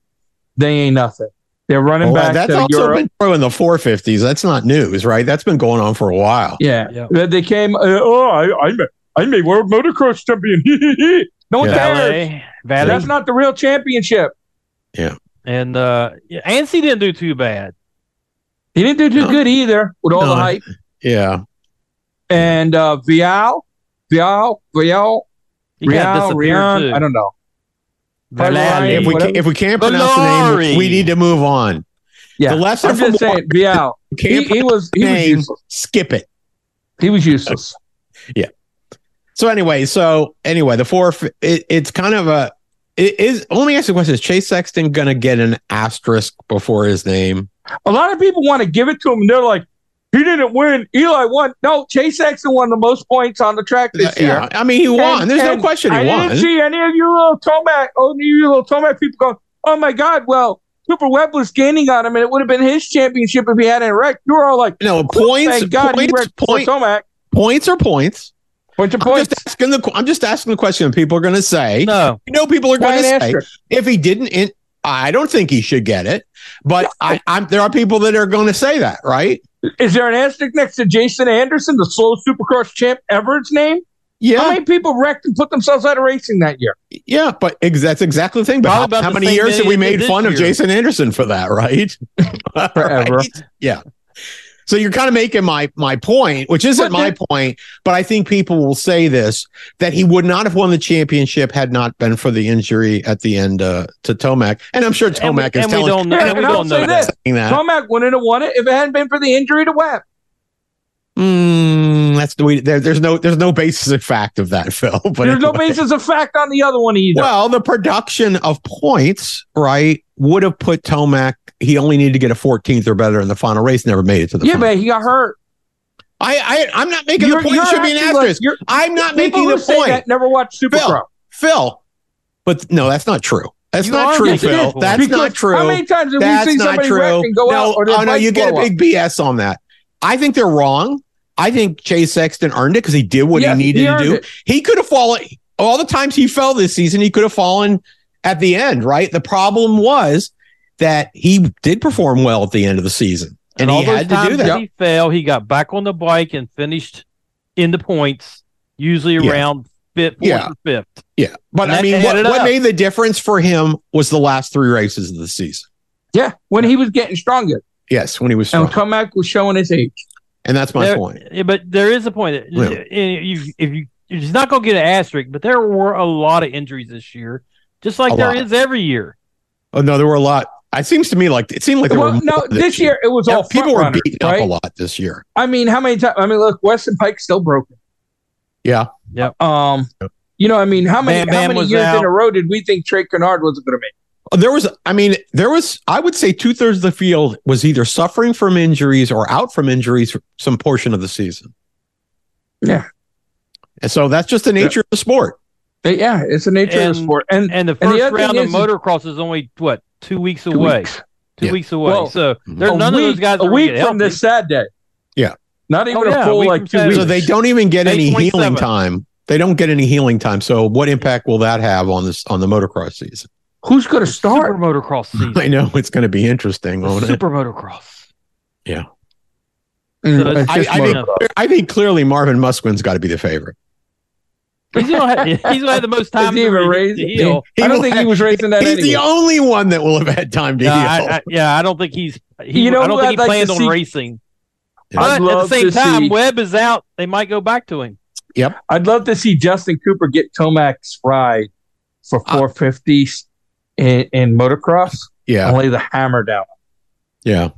[SPEAKER 2] they ain't nothing. They're running
[SPEAKER 1] Well,
[SPEAKER 2] back
[SPEAKER 1] Oh, that's
[SPEAKER 2] to
[SPEAKER 1] also
[SPEAKER 2] Europe.
[SPEAKER 1] been true in the 450s. That's not news, right? That's been going on for a while.
[SPEAKER 2] yeah.
[SPEAKER 3] Yeah.
[SPEAKER 2] They- They came, uh, oh, I, I'm, a, I'm a world motocross champion. [laughs] no one
[SPEAKER 1] Yeah.
[SPEAKER 2] cares.
[SPEAKER 3] Valet, Valet,
[SPEAKER 2] That's not the real championship.
[SPEAKER 3] and uh, yeah, Ansi didn't do too bad.
[SPEAKER 2] He didn't do too
[SPEAKER 1] No.
[SPEAKER 2] good either with all
[SPEAKER 1] No.
[SPEAKER 2] the hype.
[SPEAKER 1] Yeah.
[SPEAKER 2] And uh, Vial, Vial, Vial,
[SPEAKER 3] He kind
[SPEAKER 2] Real,
[SPEAKER 3] of
[SPEAKER 2] Rion,
[SPEAKER 3] disappeared too.
[SPEAKER 2] I don't know.
[SPEAKER 3] Valet.
[SPEAKER 1] If we
[SPEAKER 2] Whatever.
[SPEAKER 1] can, if we can't pronounce the name,
[SPEAKER 3] Valari.
[SPEAKER 1] we need to move on. The
[SPEAKER 2] Yeah.
[SPEAKER 1] lesson
[SPEAKER 2] I'm
[SPEAKER 1] from
[SPEAKER 2] just saying, Vial.
[SPEAKER 1] what-
[SPEAKER 2] He,
[SPEAKER 1] can't
[SPEAKER 2] he was he was
[SPEAKER 1] name.
[SPEAKER 2] useless.
[SPEAKER 1] skip it.
[SPEAKER 2] He was useless.
[SPEAKER 1] So anyway, so anyway, the four. It, it's kind of a. It is. Let me ask you a question: Is Chase Sexton gonna get an asterisk before his name?
[SPEAKER 2] A lot of people want to give it to him, and they're like, he didn't win. Eli won. No, Chase Sexton won the most points on the track this year.
[SPEAKER 1] Yeah, I mean, he won. There's no
[SPEAKER 2] and
[SPEAKER 1] question he
[SPEAKER 2] I
[SPEAKER 1] won.
[SPEAKER 2] didn't see any of you little Tomac, oh, any of you little Tomac people going, oh my God, well, Super Webb was gaining on him, and it would have been his championship if he hadn't wrecked. You were all like, "Oh,
[SPEAKER 1] no points.
[SPEAKER 2] thank God he
[SPEAKER 1] points,
[SPEAKER 2] wrecked poor
[SPEAKER 1] point-
[SPEAKER 2] Tomac.
[SPEAKER 1] points are points.
[SPEAKER 2] Bunch of
[SPEAKER 1] I'm
[SPEAKER 2] points.
[SPEAKER 1] just asking the. I'm just asking the question. People are gonna say.
[SPEAKER 3] No,
[SPEAKER 1] You know, people are
[SPEAKER 2] Why
[SPEAKER 1] gonna
[SPEAKER 2] an
[SPEAKER 1] say
[SPEAKER 2] asterisk?
[SPEAKER 1] if he didn't. In, I don't think he should get it, but I, I'm, there are people that are going to say that, right?
[SPEAKER 2] Is there an asterisk next to Jason Anderson, the slowest supercross champ ever? Its name.
[SPEAKER 1] Yeah,
[SPEAKER 2] How many people wrecked and put themselves out of racing that year?
[SPEAKER 1] Yeah, but ex- that's exactly the thing. But
[SPEAKER 3] Probably
[SPEAKER 1] how,
[SPEAKER 3] about
[SPEAKER 1] how
[SPEAKER 3] the
[SPEAKER 1] many
[SPEAKER 3] same
[SPEAKER 1] years have we
[SPEAKER 3] million
[SPEAKER 1] made
[SPEAKER 3] this
[SPEAKER 1] fun of
[SPEAKER 3] year.
[SPEAKER 1] Jason Anderson for that,
[SPEAKER 3] [laughs]
[SPEAKER 1] right?
[SPEAKER 2] Forever.
[SPEAKER 1] [laughs] Right? Yeah. So you're kind of making my my point, which isn't
[SPEAKER 2] But
[SPEAKER 1] my point, but I think people will say this that he would not have won the championship had not been for the injury at the end uh, to Tomac, and I'm sure
[SPEAKER 3] and we,
[SPEAKER 1] Tomac is
[SPEAKER 3] and we
[SPEAKER 1] telling
[SPEAKER 3] don't know.
[SPEAKER 2] Yeah,
[SPEAKER 3] and we
[SPEAKER 2] and I'll
[SPEAKER 3] don't know
[SPEAKER 2] say
[SPEAKER 3] that.
[SPEAKER 2] this.
[SPEAKER 1] saying that.
[SPEAKER 2] Tomac wouldn't have won it if it hadn't been for the injury to Webb.
[SPEAKER 1] Mm, that's we, there, there's no there's no basis of fact of that, [laughs] Phil. But
[SPEAKER 2] There's no
[SPEAKER 1] anyway.
[SPEAKER 2] basis of fact on the other one either.
[SPEAKER 1] Well, the production of points, right, would have put Tomac. He only needed to get a 14th or better in the final race. Never made it to the
[SPEAKER 2] yeah,
[SPEAKER 1] final.
[SPEAKER 2] but he got hurt.
[SPEAKER 1] I, I, I'm not making the point. It should be an
[SPEAKER 2] acting like-
[SPEAKER 1] asterisk.
[SPEAKER 2] you're-
[SPEAKER 1] I'm not
[SPEAKER 2] people
[SPEAKER 1] making
[SPEAKER 2] who
[SPEAKER 1] the
[SPEAKER 2] say
[SPEAKER 1] point,
[SPEAKER 2] That never watched Supercross.
[SPEAKER 1] Phil. But no, that's not true. That's
[SPEAKER 3] You
[SPEAKER 1] not
[SPEAKER 3] are
[SPEAKER 1] true,
[SPEAKER 3] making
[SPEAKER 1] Phil.
[SPEAKER 3] the point.
[SPEAKER 1] That's
[SPEAKER 2] Because
[SPEAKER 1] not true.
[SPEAKER 2] How many times have
[SPEAKER 1] That's
[SPEAKER 2] we seen
[SPEAKER 1] not
[SPEAKER 2] somebody
[SPEAKER 1] true.
[SPEAKER 2] wreck and go
[SPEAKER 1] no,
[SPEAKER 2] out or their
[SPEAKER 1] oh no,
[SPEAKER 2] bikes
[SPEAKER 1] you get a
[SPEAKER 2] blow up?
[SPEAKER 1] big BS on that. I think they're wrong. I think Chase Sexton earned it because he did what
[SPEAKER 2] Yeah,
[SPEAKER 1] he needed to
[SPEAKER 2] earned
[SPEAKER 1] do.
[SPEAKER 2] it.
[SPEAKER 1] He could have fallen all the times he fell this season. He could have fallen at the end, right? The problem was that he did perform well at the end of the season. And he
[SPEAKER 3] all those
[SPEAKER 1] had to do
[SPEAKER 3] times
[SPEAKER 1] that.
[SPEAKER 3] he failed, he got back on the bike and finished in the points, usually
[SPEAKER 1] Yeah.
[SPEAKER 3] around fifth, fourth
[SPEAKER 1] Yeah.
[SPEAKER 3] or fifth.
[SPEAKER 1] Yeah. But I
[SPEAKER 3] That
[SPEAKER 1] mean, what,
[SPEAKER 3] added
[SPEAKER 1] what
[SPEAKER 3] up.
[SPEAKER 1] made the difference for him was the last three races of the season.
[SPEAKER 2] Yeah, when he was getting stronger,
[SPEAKER 1] Yes, when he was
[SPEAKER 2] and
[SPEAKER 1] strong.
[SPEAKER 2] Comeback was showing his age.
[SPEAKER 1] And that's my
[SPEAKER 3] There-
[SPEAKER 1] point.
[SPEAKER 3] Yeah, but there is a point. That
[SPEAKER 1] Yeah.
[SPEAKER 3] and you, if you, it's not going to get an asterisk, but there were a lot of injuries this year, just like
[SPEAKER 1] A
[SPEAKER 3] there
[SPEAKER 1] lot.
[SPEAKER 3] is every year.
[SPEAKER 1] Oh, no, there were a lot. It seems to me like it seemed like there
[SPEAKER 2] Well,
[SPEAKER 1] were
[SPEAKER 2] no,
[SPEAKER 1] more
[SPEAKER 2] this year it was
[SPEAKER 1] Yeah,
[SPEAKER 2] all
[SPEAKER 1] people were
[SPEAKER 2] runners,
[SPEAKER 1] beaten up a
[SPEAKER 2] right?
[SPEAKER 1] lot this year.
[SPEAKER 2] I mean, how many times? I mean, look, Weston Pike's still broken.
[SPEAKER 1] Yeah.
[SPEAKER 3] Yep.
[SPEAKER 2] Um, you know, I mean, how many
[SPEAKER 3] Bam Bam
[SPEAKER 2] how many
[SPEAKER 3] was
[SPEAKER 2] years
[SPEAKER 3] out.
[SPEAKER 2] in a row did we think Trey Kennard wasn't going to make?
[SPEAKER 1] There was, I mean, there was, I would say two thirds of the field was either suffering from injuries or out from injuries for some portion of the season.
[SPEAKER 2] Yeah.
[SPEAKER 1] And so that's just the nature of the sport.
[SPEAKER 2] it? Yeah, it's the nature of
[SPEAKER 3] And-
[SPEAKER 2] the sport. And
[SPEAKER 3] And the
[SPEAKER 2] And the
[SPEAKER 3] first
[SPEAKER 2] other thing
[SPEAKER 3] round of
[SPEAKER 2] is-
[SPEAKER 3] motocross is only what two weeks
[SPEAKER 2] two
[SPEAKER 3] away.
[SPEAKER 2] weeks.
[SPEAKER 3] Two
[SPEAKER 1] Yeah.
[SPEAKER 3] weeks away.
[SPEAKER 2] Well,
[SPEAKER 3] so
[SPEAKER 1] Mhm.
[SPEAKER 3] there,
[SPEAKER 2] A
[SPEAKER 3] none of those
[SPEAKER 2] week-
[SPEAKER 3] guys are
[SPEAKER 2] a
[SPEAKER 3] gonna
[SPEAKER 2] week
[SPEAKER 3] get
[SPEAKER 2] from
[SPEAKER 3] healthy.
[SPEAKER 2] this Saturday.
[SPEAKER 1] Yeah.
[SPEAKER 2] Not even
[SPEAKER 3] Oh, yeah,
[SPEAKER 2] a
[SPEAKER 3] a
[SPEAKER 2] full
[SPEAKER 3] week
[SPEAKER 2] like
[SPEAKER 3] from
[SPEAKER 2] two
[SPEAKER 3] Saturday.
[SPEAKER 2] weeks.
[SPEAKER 1] So they don't even get
[SPEAKER 3] May
[SPEAKER 1] any
[SPEAKER 3] 27th.
[SPEAKER 1] healing time. They don't get any healing time. So what impact will that have on this on the motocross season?
[SPEAKER 2] Who's going to
[SPEAKER 3] Super
[SPEAKER 2] start?
[SPEAKER 3] motocross season.
[SPEAKER 1] [laughs] I know it's going to be
[SPEAKER 3] [laughs]
[SPEAKER 1] interesting. won't it?
[SPEAKER 3] Super motocross.
[SPEAKER 2] Mm,
[SPEAKER 3] So
[SPEAKER 2] it's
[SPEAKER 1] Mm-hmm. I,
[SPEAKER 2] just
[SPEAKER 1] I
[SPEAKER 2] Mark.
[SPEAKER 1] think, I think clearly Marvin Musquin's got to be the favorite.
[SPEAKER 3] He's gonna [laughs] have, he's gonna have the most
[SPEAKER 2] Does
[SPEAKER 3] time
[SPEAKER 2] he
[SPEAKER 3] to,
[SPEAKER 2] even
[SPEAKER 3] re-
[SPEAKER 2] raise
[SPEAKER 3] to
[SPEAKER 2] it?
[SPEAKER 3] heal.
[SPEAKER 1] He
[SPEAKER 2] I don't
[SPEAKER 1] will
[SPEAKER 2] think he
[SPEAKER 1] have-
[SPEAKER 2] was raising that
[SPEAKER 1] He's
[SPEAKER 2] anyway.
[SPEAKER 1] the only one that will have had time to
[SPEAKER 3] Yeah,
[SPEAKER 1] heal.
[SPEAKER 3] I, I, yeah, I don't think he's. He,
[SPEAKER 2] You know
[SPEAKER 3] I don't
[SPEAKER 2] who
[SPEAKER 3] think he
[SPEAKER 2] I'd like to
[SPEAKER 3] planned on
[SPEAKER 2] see-
[SPEAKER 3] racing.
[SPEAKER 1] Yeah.
[SPEAKER 2] I'd
[SPEAKER 3] But at the
[SPEAKER 2] love
[SPEAKER 3] same
[SPEAKER 2] to
[SPEAKER 3] time,
[SPEAKER 2] see-
[SPEAKER 3] Webb is out. They might go back to him.
[SPEAKER 2] I'd love to see Justin Cooper get Tomac's ride for
[SPEAKER 1] Uh,
[SPEAKER 2] 450 in, in motocross
[SPEAKER 1] yeah,
[SPEAKER 2] and lay the hammer down.
[SPEAKER 1] yeah.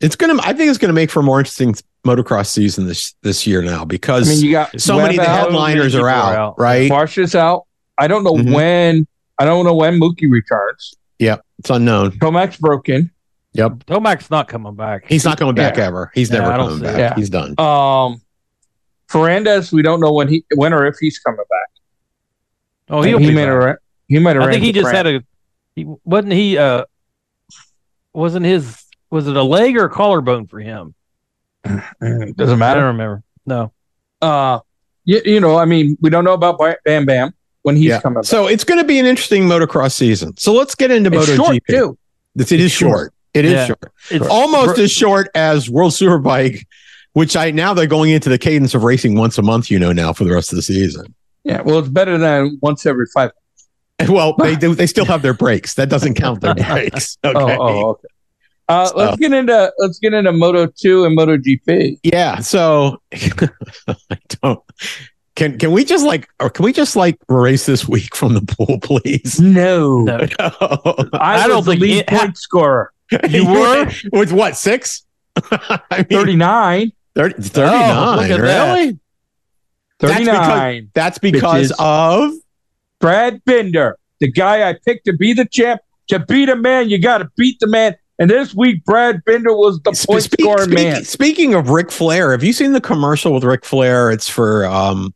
[SPEAKER 1] It's gonna. I think it's gonna make for a more interesting motocross season this this year now
[SPEAKER 2] I
[SPEAKER 1] because
[SPEAKER 2] mean, you got
[SPEAKER 1] so
[SPEAKER 2] Webb
[SPEAKER 1] many of the
[SPEAKER 2] out,
[SPEAKER 1] headliners
[SPEAKER 3] Many
[SPEAKER 1] are
[SPEAKER 3] people
[SPEAKER 1] out,
[SPEAKER 3] are out.
[SPEAKER 1] right?
[SPEAKER 2] Marsh is out. I don't know
[SPEAKER 1] Mhm.
[SPEAKER 2] when. I don't know when Mookie returns.
[SPEAKER 1] It's unknown.
[SPEAKER 2] Tomac's broken.
[SPEAKER 3] Tomac's not coming back.
[SPEAKER 1] He's not going back
[SPEAKER 2] Yeah.
[SPEAKER 1] ever. He's
[SPEAKER 3] Yeah,
[SPEAKER 1] never
[SPEAKER 3] I don't
[SPEAKER 1] coming
[SPEAKER 3] see
[SPEAKER 1] back.
[SPEAKER 2] it. Yeah.
[SPEAKER 1] He's done.
[SPEAKER 2] Um, Fernandez, we don't know when he when or if he's coming back.
[SPEAKER 3] oh, he'll
[SPEAKER 2] he
[SPEAKER 3] be
[SPEAKER 2] might
[SPEAKER 3] back.
[SPEAKER 2] have ran- he might have.
[SPEAKER 3] I think he just had a. He wasn't he. Uh, wasn't his. Was it a leg or a collarbone for him?
[SPEAKER 2] had. Mm, Doesn't
[SPEAKER 3] I don't
[SPEAKER 2] matter.
[SPEAKER 3] remember. No.
[SPEAKER 2] Uh, you, you know, I mean, we don't know about Ba- Bam Bam when he's
[SPEAKER 1] Yeah.
[SPEAKER 2] coming back.
[SPEAKER 1] So it's going to be an interesting motocross season. So let's get into
[SPEAKER 2] it's short
[SPEAKER 1] MotoGP.
[SPEAKER 2] too.
[SPEAKER 1] It's, it is
[SPEAKER 2] It's short.
[SPEAKER 1] short. It is
[SPEAKER 3] Yeah.
[SPEAKER 1] short.
[SPEAKER 3] It's
[SPEAKER 1] almost
[SPEAKER 3] Br-
[SPEAKER 1] as short as World Superbike, which I now they're going into the cadence of racing once a month. You know now for the rest of the season. [laughs]
[SPEAKER 2] Yeah, well, it's better than once every five.
[SPEAKER 1] Well, they do. They still have their breaks. That doesn't count
[SPEAKER 2] [laughs]
[SPEAKER 1] their breaks. Okay.
[SPEAKER 2] Oh, oh, okay. Uh,
[SPEAKER 1] So-
[SPEAKER 2] Let's get into let's get into Moto Two and Moto GP.
[SPEAKER 1] Yeah. So [laughs] I don't. Can can we just like or can we just like erase this week from the pool, please?
[SPEAKER 2] No,
[SPEAKER 3] No.
[SPEAKER 1] [laughs]
[SPEAKER 2] I,
[SPEAKER 3] I
[SPEAKER 2] don't
[SPEAKER 3] don't
[SPEAKER 2] the
[SPEAKER 3] think
[SPEAKER 2] lead
[SPEAKER 3] it-
[SPEAKER 2] point scorer.
[SPEAKER 1] you were with what six? [laughs] I mean,
[SPEAKER 2] Thirty nine.
[SPEAKER 1] 30, 39.
[SPEAKER 3] Oh, look at that.
[SPEAKER 1] really? That's
[SPEAKER 2] Thirty
[SPEAKER 1] because-
[SPEAKER 2] nine.
[SPEAKER 1] That's because
[SPEAKER 2] Bitches.
[SPEAKER 1] of
[SPEAKER 2] Brad Bender, the guy I picked to be the champ. To beat a man, you got to beat the man. And this week, Brad Bender was the
[SPEAKER 1] Spe-
[SPEAKER 2] point
[SPEAKER 1] speak-
[SPEAKER 2] scoring
[SPEAKER 1] speak-
[SPEAKER 2] man.
[SPEAKER 1] Speaking of Ric Flair, have you seen the commercial with Ric Flair? It's for um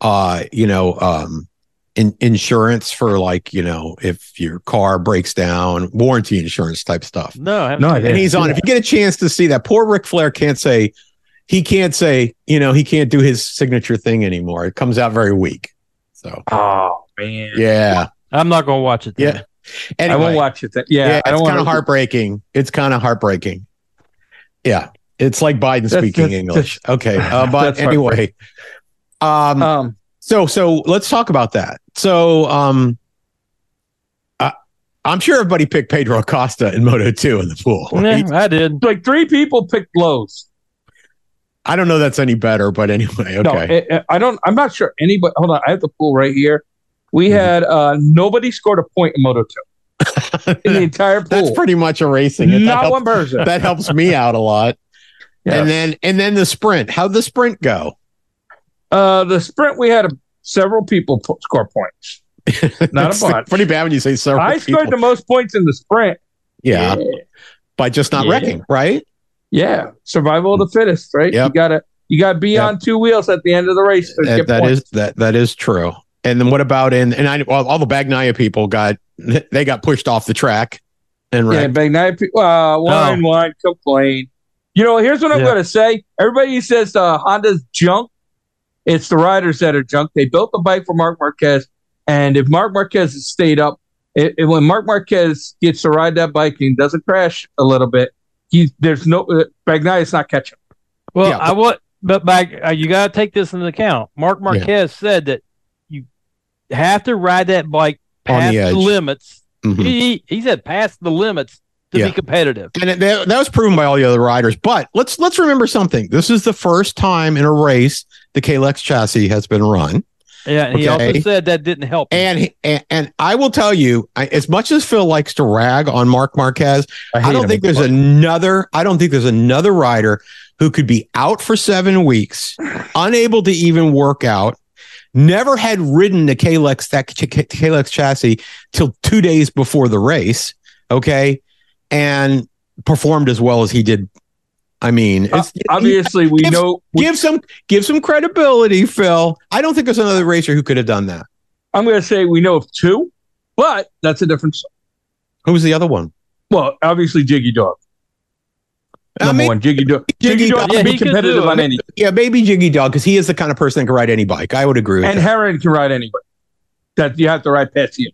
[SPEAKER 1] uh you know um in- insurance for like you know if your car breaks down, warranty insurance type stuff.
[SPEAKER 3] No. I haven't
[SPEAKER 2] No,
[SPEAKER 3] seen
[SPEAKER 2] I
[SPEAKER 3] it.
[SPEAKER 1] And he's on. If you get a chance to see that, poor Ric Flair can't say he can't say you know he can't do his signature thing anymore. It comes out very weak. So
[SPEAKER 2] Oh man,
[SPEAKER 1] yeah,
[SPEAKER 3] I'm not gonna watch it. then.
[SPEAKER 1] Yeah.
[SPEAKER 2] I
[SPEAKER 1] anyway,
[SPEAKER 2] won't watch it. Then. Yeah,
[SPEAKER 1] yeah,
[SPEAKER 2] I don't
[SPEAKER 1] it's
[SPEAKER 2] want
[SPEAKER 1] kind of heartbreaking. It's kind of heartbreaking. Yeah, it's like Biden
[SPEAKER 2] That's-
[SPEAKER 1] speaking
[SPEAKER 2] that's-
[SPEAKER 1] English. okay,
[SPEAKER 2] [laughs]
[SPEAKER 1] uh, but
[SPEAKER 2] That's heartbreaking.
[SPEAKER 1] anyway, um,
[SPEAKER 2] Um,
[SPEAKER 1] so so let's talk about that. So um, I, I'm sure everybody picked Pedro Acosta in Moto Two in the pool. right?
[SPEAKER 3] Yeah, [laughs] I did.
[SPEAKER 2] like three people picked Lowe's.
[SPEAKER 1] I don't know that's any better, but anyway, okay.
[SPEAKER 2] No, I- I- I don't. I'm not sure anybody. Hold on, I have the pool right here. We
[SPEAKER 1] Mhm.
[SPEAKER 2] had uh, nobody scored a point in Moto Two
[SPEAKER 1] [laughs]
[SPEAKER 2] in the entire pool.
[SPEAKER 1] that's pretty much erasing it. That
[SPEAKER 2] not
[SPEAKER 1] helps,
[SPEAKER 2] one
[SPEAKER 1] [laughs]
[SPEAKER 2] person.
[SPEAKER 1] that helps me out a
[SPEAKER 2] [laughs]
[SPEAKER 1] lot.
[SPEAKER 2] Yes.
[SPEAKER 1] And then and then the sprint. How'd the sprint go?
[SPEAKER 2] Uh, the sprint we had a, several people po- score points.
[SPEAKER 1] [laughs]
[SPEAKER 2] Not a
[SPEAKER 1] It's
[SPEAKER 2] bunch.
[SPEAKER 1] Pretty bad when you say several.
[SPEAKER 2] I
[SPEAKER 1] people.
[SPEAKER 2] scored the most points in the sprint.
[SPEAKER 1] yeah, by just not
[SPEAKER 2] Yeah.
[SPEAKER 1] wrecking, right?
[SPEAKER 2] Yeah, survival of the fittest, right?
[SPEAKER 1] Yep.
[SPEAKER 2] You gotta you gotta be
[SPEAKER 1] Yep.
[SPEAKER 2] on two wheels at the end of the race to
[SPEAKER 1] That-
[SPEAKER 2] get
[SPEAKER 1] that
[SPEAKER 2] points.
[SPEAKER 1] is that that is true. And then what about in and I all, all the Bagnaia people got [laughs] they got pushed off the track and
[SPEAKER 2] yeah,
[SPEAKER 1] wrecked.
[SPEAKER 2] big night. pe- Uh, wine, wine, complain. You know, here's what I'm
[SPEAKER 3] Yeah.
[SPEAKER 2] gonna say. Everybody who says uh, Honda's junk, it's the riders that are junk. They built the bike for Mark Marquez, and if Mark Marquez has stayed up, it, it- when Mark Marquez gets to ride that bike and doesn't crash a little bit, He there's no uh, Bagnati's not catching.
[SPEAKER 3] Well,
[SPEAKER 1] Yeah.
[SPEAKER 3] I would, but back uh, you got to take this into account. Mark Marquez said that you have to ride that bike
[SPEAKER 1] On
[SPEAKER 3] past
[SPEAKER 1] the
[SPEAKER 3] the,
[SPEAKER 1] edge.
[SPEAKER 3] limits.
[SPEAKER 1] Mhm.
[SPEAKER 3] He he said past the limits to
[SPEAKER 1] Yeah.
[SPEAKER 3] be competitive.
[SPEAKER 1] and it, that, that was proven by all the other riders. But let's let's remember something. This is the first time in a race the Kalex chassis has been run,
[SPEAKER 3] Yeah, and he
[SPEAKER 1] Okay.
[SPEAKER 3] also said that didn't help. him.
[SPEAKER 1] and he- and, and I will tell you, I, as much as Phil likes to rag on Mark Marquez, I,
[SPEAKER 4] hate
[SPEAKER 1] don't
[SPEAKER 4] him.
[SPEAKER 1] think there's another. I don't think there's another rider who could be out for seven weeks, unable to even work out, never had ridden the Kalex that K- K- Kalex chassis till two days before the race. Okay, and performed as well as he did. I mean, it's,
[SPEAKER 2] Obviously, we
[SPEAKER 1] Gives-
[SPEAKER 2] know. we-
[SPEAKER 1] give some give some credibility, Phil. I don't think there's another racer who could have done that.
[SPEAKER 2] I'm going to say we know of two, but that's a difference.
[SPEAKER 1] Who was the other one?
[SPEAKER 2] Well, obviously, Jiggy Dog.
[SPEAKER 1] I
[SPEAKER 2] Number
[SPEAKER 1] mean,
[SPEAKER 2] one, Jiggy Dog.
[SPEAKER 1] Jiggy
[SPEAKER 2] Jiggy, Dog
[SPEAKER 1] Dog-
[SPEAKER 2] can
[SPEAKER 3] Yeah,
[SPEAKER 2] be
[SPEAKER 3] he can
[SPEAKER 2] competitive
[SPEAKER 3] do it.
[SPEAKER 2] on anything,
[SPEAKER 1] yeah, maybe Jiggy Dog because he is the kind of person that can ride any bike. I would agree with
[SPEAKER 2] and
[SPEAKER 1] that.
[SPEAKER 2] Heron can ride anyway. That you have to ride past him.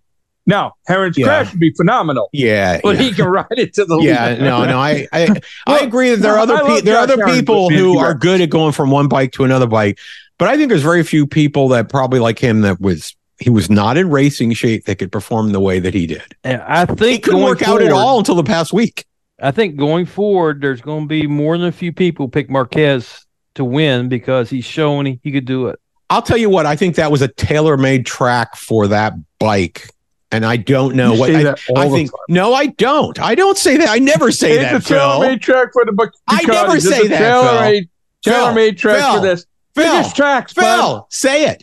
[SPEAKER 2] Now, Heron's
[SPEAKER 1] Yeah.
[SPEAKER 2] crash would be phenomenal, [laughs]
[SPEAKER 1] Yeah,
[SPEAKER 2] but
[SPEAKER 1] yeah.
[SPEAKER 2] he can ride it to the
[SPEAKER 1] yeah,
[SPEAKER 2] [laughs] limit.
[SPEAKER 1] no, no, I, I, I
[SPEAKER 2] Well,
[SPEAKER 1] agree that there are other
[SPEAKER 2] I
[SPEAKER 1] pe-
[SPEAKER 2] love
[SPEAKER 1] there are
[SPEAKER 2] Josh
[SPEAKER 1] other
[SPEAKER 2] Allen,
[SPEAKER 1] people
[SPEAKER 2] but
[SPEAKER 1] who
[SPEAKER 2] Matthew
[SPEAKER 1] are
[SPEAKER 2] Rapp.
[SPEAKER 1] good at going from one bike to another bike, but I think there's very few people that probably like him that was he was not in racing shape that could perform the way that he did.
[SPEAKER 3] And I think
[SPEAKER 1] He couldn't
[SPEAKER 3] going
[SPEAKER 1] work out at
[SPEAKER 3] forward-
[SPEAKER 1] all until the past week.
[SPEAKER 3] I think going forward, there's going to be more than a few people pick Marquez to win because he's showing he, he could do it.
[SPEAKER 1] I'll tell you what, I think that was a tailor-made track for that bike, and I don't know
[SPEAKER 2] You
[SPEAKER 1] what
[SPEAKER 2] say
[SPEAKER 1] I,
[SPEAKER 2] that all
[SPEAKER 1] I
[SPEAKER 2] the
[SPEAKER 1] think.
[SPEAKER 2] time.
[SPEAKER 1] No, I don't. I don't say that. I never say
[SPEAKER 2] it's
[SPEAKER 1] that,
[SPEAKER 2] a tailor-made track for the Buc-
[SPEAKER 1] I
[SPEAKER 2] Ducatis.
[SPEAKER 1] never
[SPEAKER 2] It's a
[SPEAKER 1] say that, Phil.
[SPEAKER 2] Tailor-made,
[SPEAKER 1] Phil,
[SPEAKER 2] tailor-made track
[SPEAKER 1] Phil,
[SPEAKER 2] for this.
[SPEAKER 1] Phil.
[SPEAKER 2] Biggest tracks, bud.
[SPEAKER 1] Phil, say it.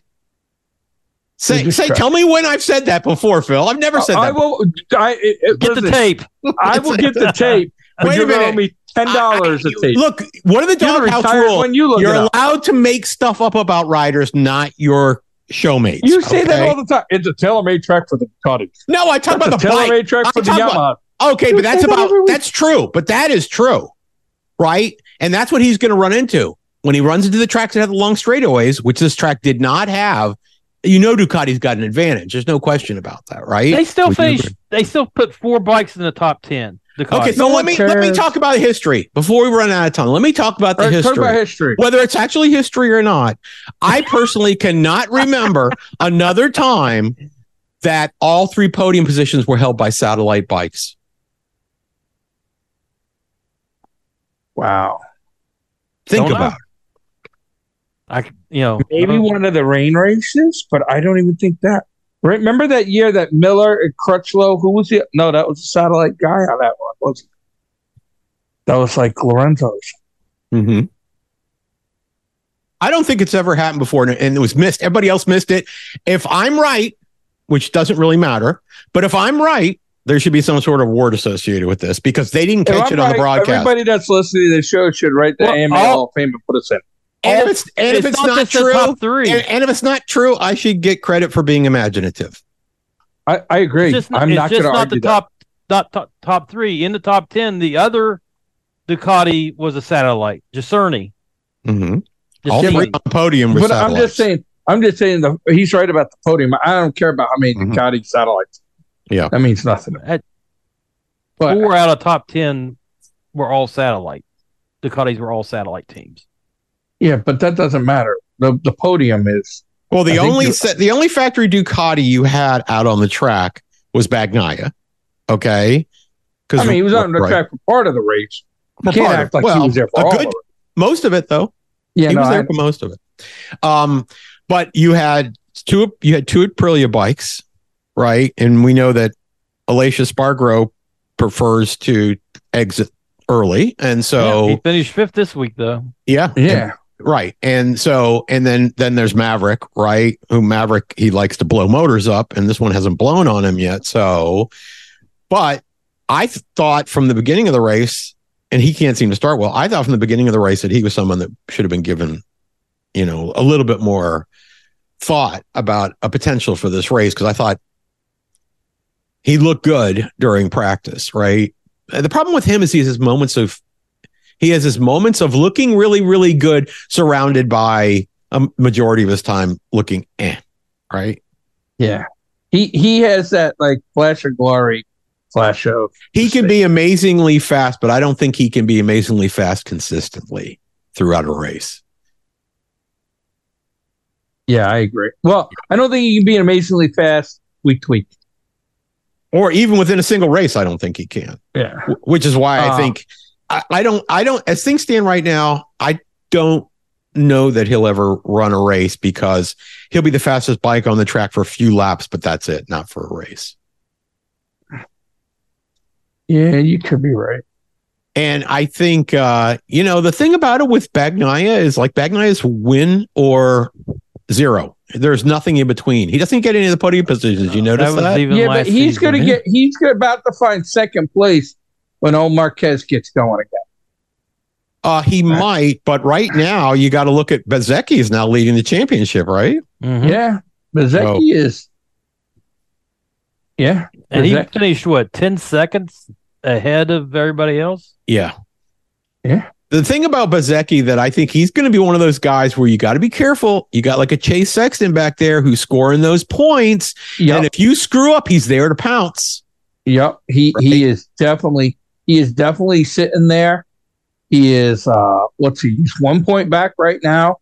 [SPEAKER 1] Say,
[SPEAKER 2] Biggest
[SPEAKER 1] say,
[SPEAKER 2] track.
[SPEAKER 1] tell me when I've said that before, Phil. I've never said
[SPEAKER 2] I
[SPEAKER 1] that.
[SPEAKER 2] will. I, it- it-
[SPEAKER 3] Get the
[SPEAKER 2] listen,
[SPEAKER 3] tape.
[SPEAKER 2] I will
[SPEAKER 1] [laughs]
[SPEAKER 2] get the tape. but
[SPEAKER 1] Wait a
[SPEAKER 2] you're gonna owe
[SPEAKER 1] minute.
[SPEAKER 2] me ten dollars a tape.
[SPEAKER 1] Look, one of the
[SPEAKER 2] you're the
[SPEAKER 1] doghouse
[SPEAKER 2] retired
[SPEAKER 1] rules.
[SPEAKER 2] when you look
[SPEAKER 1] You're
[SPEAKER 2] it up.
[SPEAKER 1] allowed to make stuff up about riders, not your showmates.
[SPEAKER 2] You say that
[SPEAKER 1] okay?
[SPEAKER 2] all the time. It's a tailor-made track for the cottage.
[SPEAKER 1] No, I talk
[SPEAKER 2] It's a
[SPEAKER 1] about the bike.
[SPEAKER 2] tailor-made track for
[SPEAKER 1] I'm
[SPEAKER 2] the
[SPEAKER 1] talking
[SPEAKER 2] Yamaha.
[SPEAKER 1] Okay,
[SPEAKER 2] You
[SPEAKER 1] but that's
[SPEAKER 2] say that
[SPEAKER 1] about
[SPEAKER 2] every week.
[SPEAKER 1] that's true. But that is true, right? And that's what he's going to run into when he runs into the tracks that have the long straightaways, which this track did not have. You know, Ducati's got an advantage. There's no question about that, right?
[SPEAKER 3] They still
[SPEAKER 1] Would you
[SPEAKER 3] finished.
[SPEAKER 1] agree?
[SPEAKER 3] They still put four bikes in the top ten. Ducati.
[SPEAKER 1] Okay, so
[SPEAKER 2] No
[SPEAKER 1] let
[SPEAKER 2] one
[SPEAKER 1] me let me
[SPEAKER 2] cares.
[SPEAKER 1] talk about history before we run out of time. Let me talk about the
[SPEAKER 2] All right,
[SPEAKER 1] history.
[SPEAKER 2] Talk about history.
[SPEAKER 1] Whether it's actually history or not, I personally cannot
[SPEAKER 2] [laughs]
[SPEAKER 1] remember another time that all three podium positions were held by satellite bikes.
[SPEAKER 2] Wow.
[SPEAKER 1] Think
[SPEAKER 3] Don't know.
[SPEAKER 1] about it.
[SPEAKER 3] I c- you know
[SPEAKER 2] Maybe
[SPEAKER 3] uh,
[SPEAKER 1] Uh-huh.
[SPEAKER 2] one of the rain races, but I don't even think that. Remember that year that Miller and Crutchlow, who was the no, that was the satellite guy on that one, wasn't it? That was like Lorenzo's.
[SPEAKER 1] hmm I don't think it's ever happened before, and, and it was missed. Everybody else missed it. If I'm right, which doesn't really matter, but if I'm right, there should be some sort of word associated with this because they didn't
[SPEAKER 2] If
[SPEAKER 1] catch it
[SPEAKER 2] I'm
[SPEAKER 1] on the
[SPEAKER 2] right,
[SPEAKER 1] broadcast.
[SPEAKER 2] Everybody that's listening to the show should write the
[SPEAKER 3] Well,
[SPEAKER 2] AMA
[SPEAKER 3] all-
[SPEAKER 2] Hall of Fame and put us in.
[SPEAKER 1] And if it's, and if it's not,
[SPEAKER 3] just the
[SPEAKER 1] true,
[SPEAKER 3] top three.
[SPEAKER 1] and, and if it's not true, I should get credit for being imaginative.
[SPEAKER 2] I, I agree.
[SPEAKER 3] it's just not,
[SPEAKER 2] I'm
[SPEAKER 3] it's
[SPEAKER 2] not
[SPEAKER 3] just
[SPEAKER 2] going to
[SPEAKER 3] not
[SPEAKER 2] argue
[SPEAKER 3] the
[SPEAKER 2] that.
[SPEAKER 3] top, top top top three in the top ten. The other Ducati was a satellite. Giuserni.
[SPEAKER 1] Mm-hmm. All
[SPEAKER 3] Giuserni.
[SPEAKER 1] three on the podium were
[SPEAKER 2] But I'm
[SPEAKER 1] satellites.
[SPEAKER 2] just saying. I'm just saying. The, he's right about the podium. I don't care about how many
[SPEAKER 1] Mhm.
[SPEAKER 2] Ducati satellites.
[SPEAKER 1] Yeah.
[SPEAKER 2] that means nothing.
[SPEAKER 3] That-
[SPEAKER 2] But
[SPEAKER 3] Four out of top ten were all satellite. Ducatis were all satellite teams.
[SPEAKER 2] yeah, but that doesn't matter. The the podium is
[SPEAKER 1] Well,
[SPEAKER 2] I
[SPEAKER 1] the
[SPEAKER 2] think
[SPEAKER 1] only
[SPEAKER 2] you're-
[SPEAKER 1] set, the only factory Ducati you had out on the track was Bagnaia. Okay,
[SPEAKER 2] I mean, he was on the
[SPEAKER 1] right.
[SPEAKER 2] track for part of the race. You
[SPEAKER 1] For
[SPEAKER 2] can't
[SPEAKER 1] part of
[SPEAKER 2] act
[SPEAKER 1] it.
[SPEAKER 2] like
[SPEAKER 1] Well,
[SPEAKER 2] he was there
[SPEAKER 1] a
[SPEAKER 2] for all
[SPEAKER 1] good-
[SPEAKER 2] of it.
[SPEAKER 1] most of it though.
[SPEAKER 2] Yeah,
[SPEAKER 1] he
[SPEAKER 2] no,
[SPEAKER 1] was there
[SPEAKER 2] I-
[SPEAKER 1] for most of it. Um, but you had two you had two Aprilia bikes, right? And we know that Alicia Spargro prefers to exit early, and so
[SPEAKER 3] he finished fifth this week though.
[SPEAKER 1] yeah,
[SPEAKER 2] yeah.
[SPEAKER 1] right. And so and then then there's Maverick, right? Who Maverick he likes to blow motors up, and this one hasn't blown on him yet. So, but I th- thought from the beginning of the race. And he can't seem to start well. I thought from the beginning of the race that he was someone that should have been given you know, a little bit more thought about a potential for this race because I thought he looked good during practice, right? Uh, The problem with him is he has his moments of he has his moments of looking really, really good, surrounded by a majority of his time looking eh, right?
[SPEAKER 2] Yeah. He he has that like flash of glory flash of.
[SPEAKER 1] He can be amazingly fast, but I don't think he can be amazingly fast consistently throughout a race.
[SPEAKER 2] Yeah, I agree. Well, I don't think he can be amazingly fast week to week.
[SPEAKER 1] Or even within a single race, I don't think he can.
[SPEAKER 2] Yeah.
[SPEAKER 1] wh- Which is why I
[SPEAKER 2] Uh,
[SPEAKER 1] think I, I don't I don't as things stand right now, I don't know that he'll ever run a race because he'll be the fastest bike on the track for a few laps, but that's it, not for a race.
[SPEAKER 2] Yeah, you could be right.
[SPEAKER 1] And I think uh, you know, the thing about it with Bagnaia is like Bagnaia is win or zero. There's nothing in between. He doesn't get any of the podium positions. You notice
[SPEAKER 3] was
[SPEAKER 1] that?
[SPEAKER 3] even
[SPEAKER 2] yeah,
[SPEAKER 3] last
[SPEAKER 2] but he's
[SPEAKER 3] season.
[SPEAKER 2] going to get, he's gonna- about to find second place when old Marquez gets going again.
[SPEAKER 1] Uh, he might, but right now you got to look at Bezecchi is now leading the championship, right?
[SPEAKER 3] Mhm.
[SPEAKER 2] Yeah. Bezecchi
[SPEAKER 1] Oh.
[SPEAKER 2] is. Yeah.
[SPEAKER 3] and he
[SPEAKER 2] Bezecchi.
[SPEAKER 3] finished what ten seconds ahead of everybody else.
[SPEAKER 1] Yeah.
[SPEAKER 2] Yeah.
[SPEAKER 1] The thing about Bezecchi that I think he's going to be one of those guys where you got to be careful. You got like a Chase Sexton back there who's scoring those points, and
[SPEAKER 2] Yep.
[SPEAKER 1] if you screw up, he's there to pounce.
[SPEAKER 2] Yep. He he is definitely he is definitely sitting there. He is uh what's he? He's one point back right now,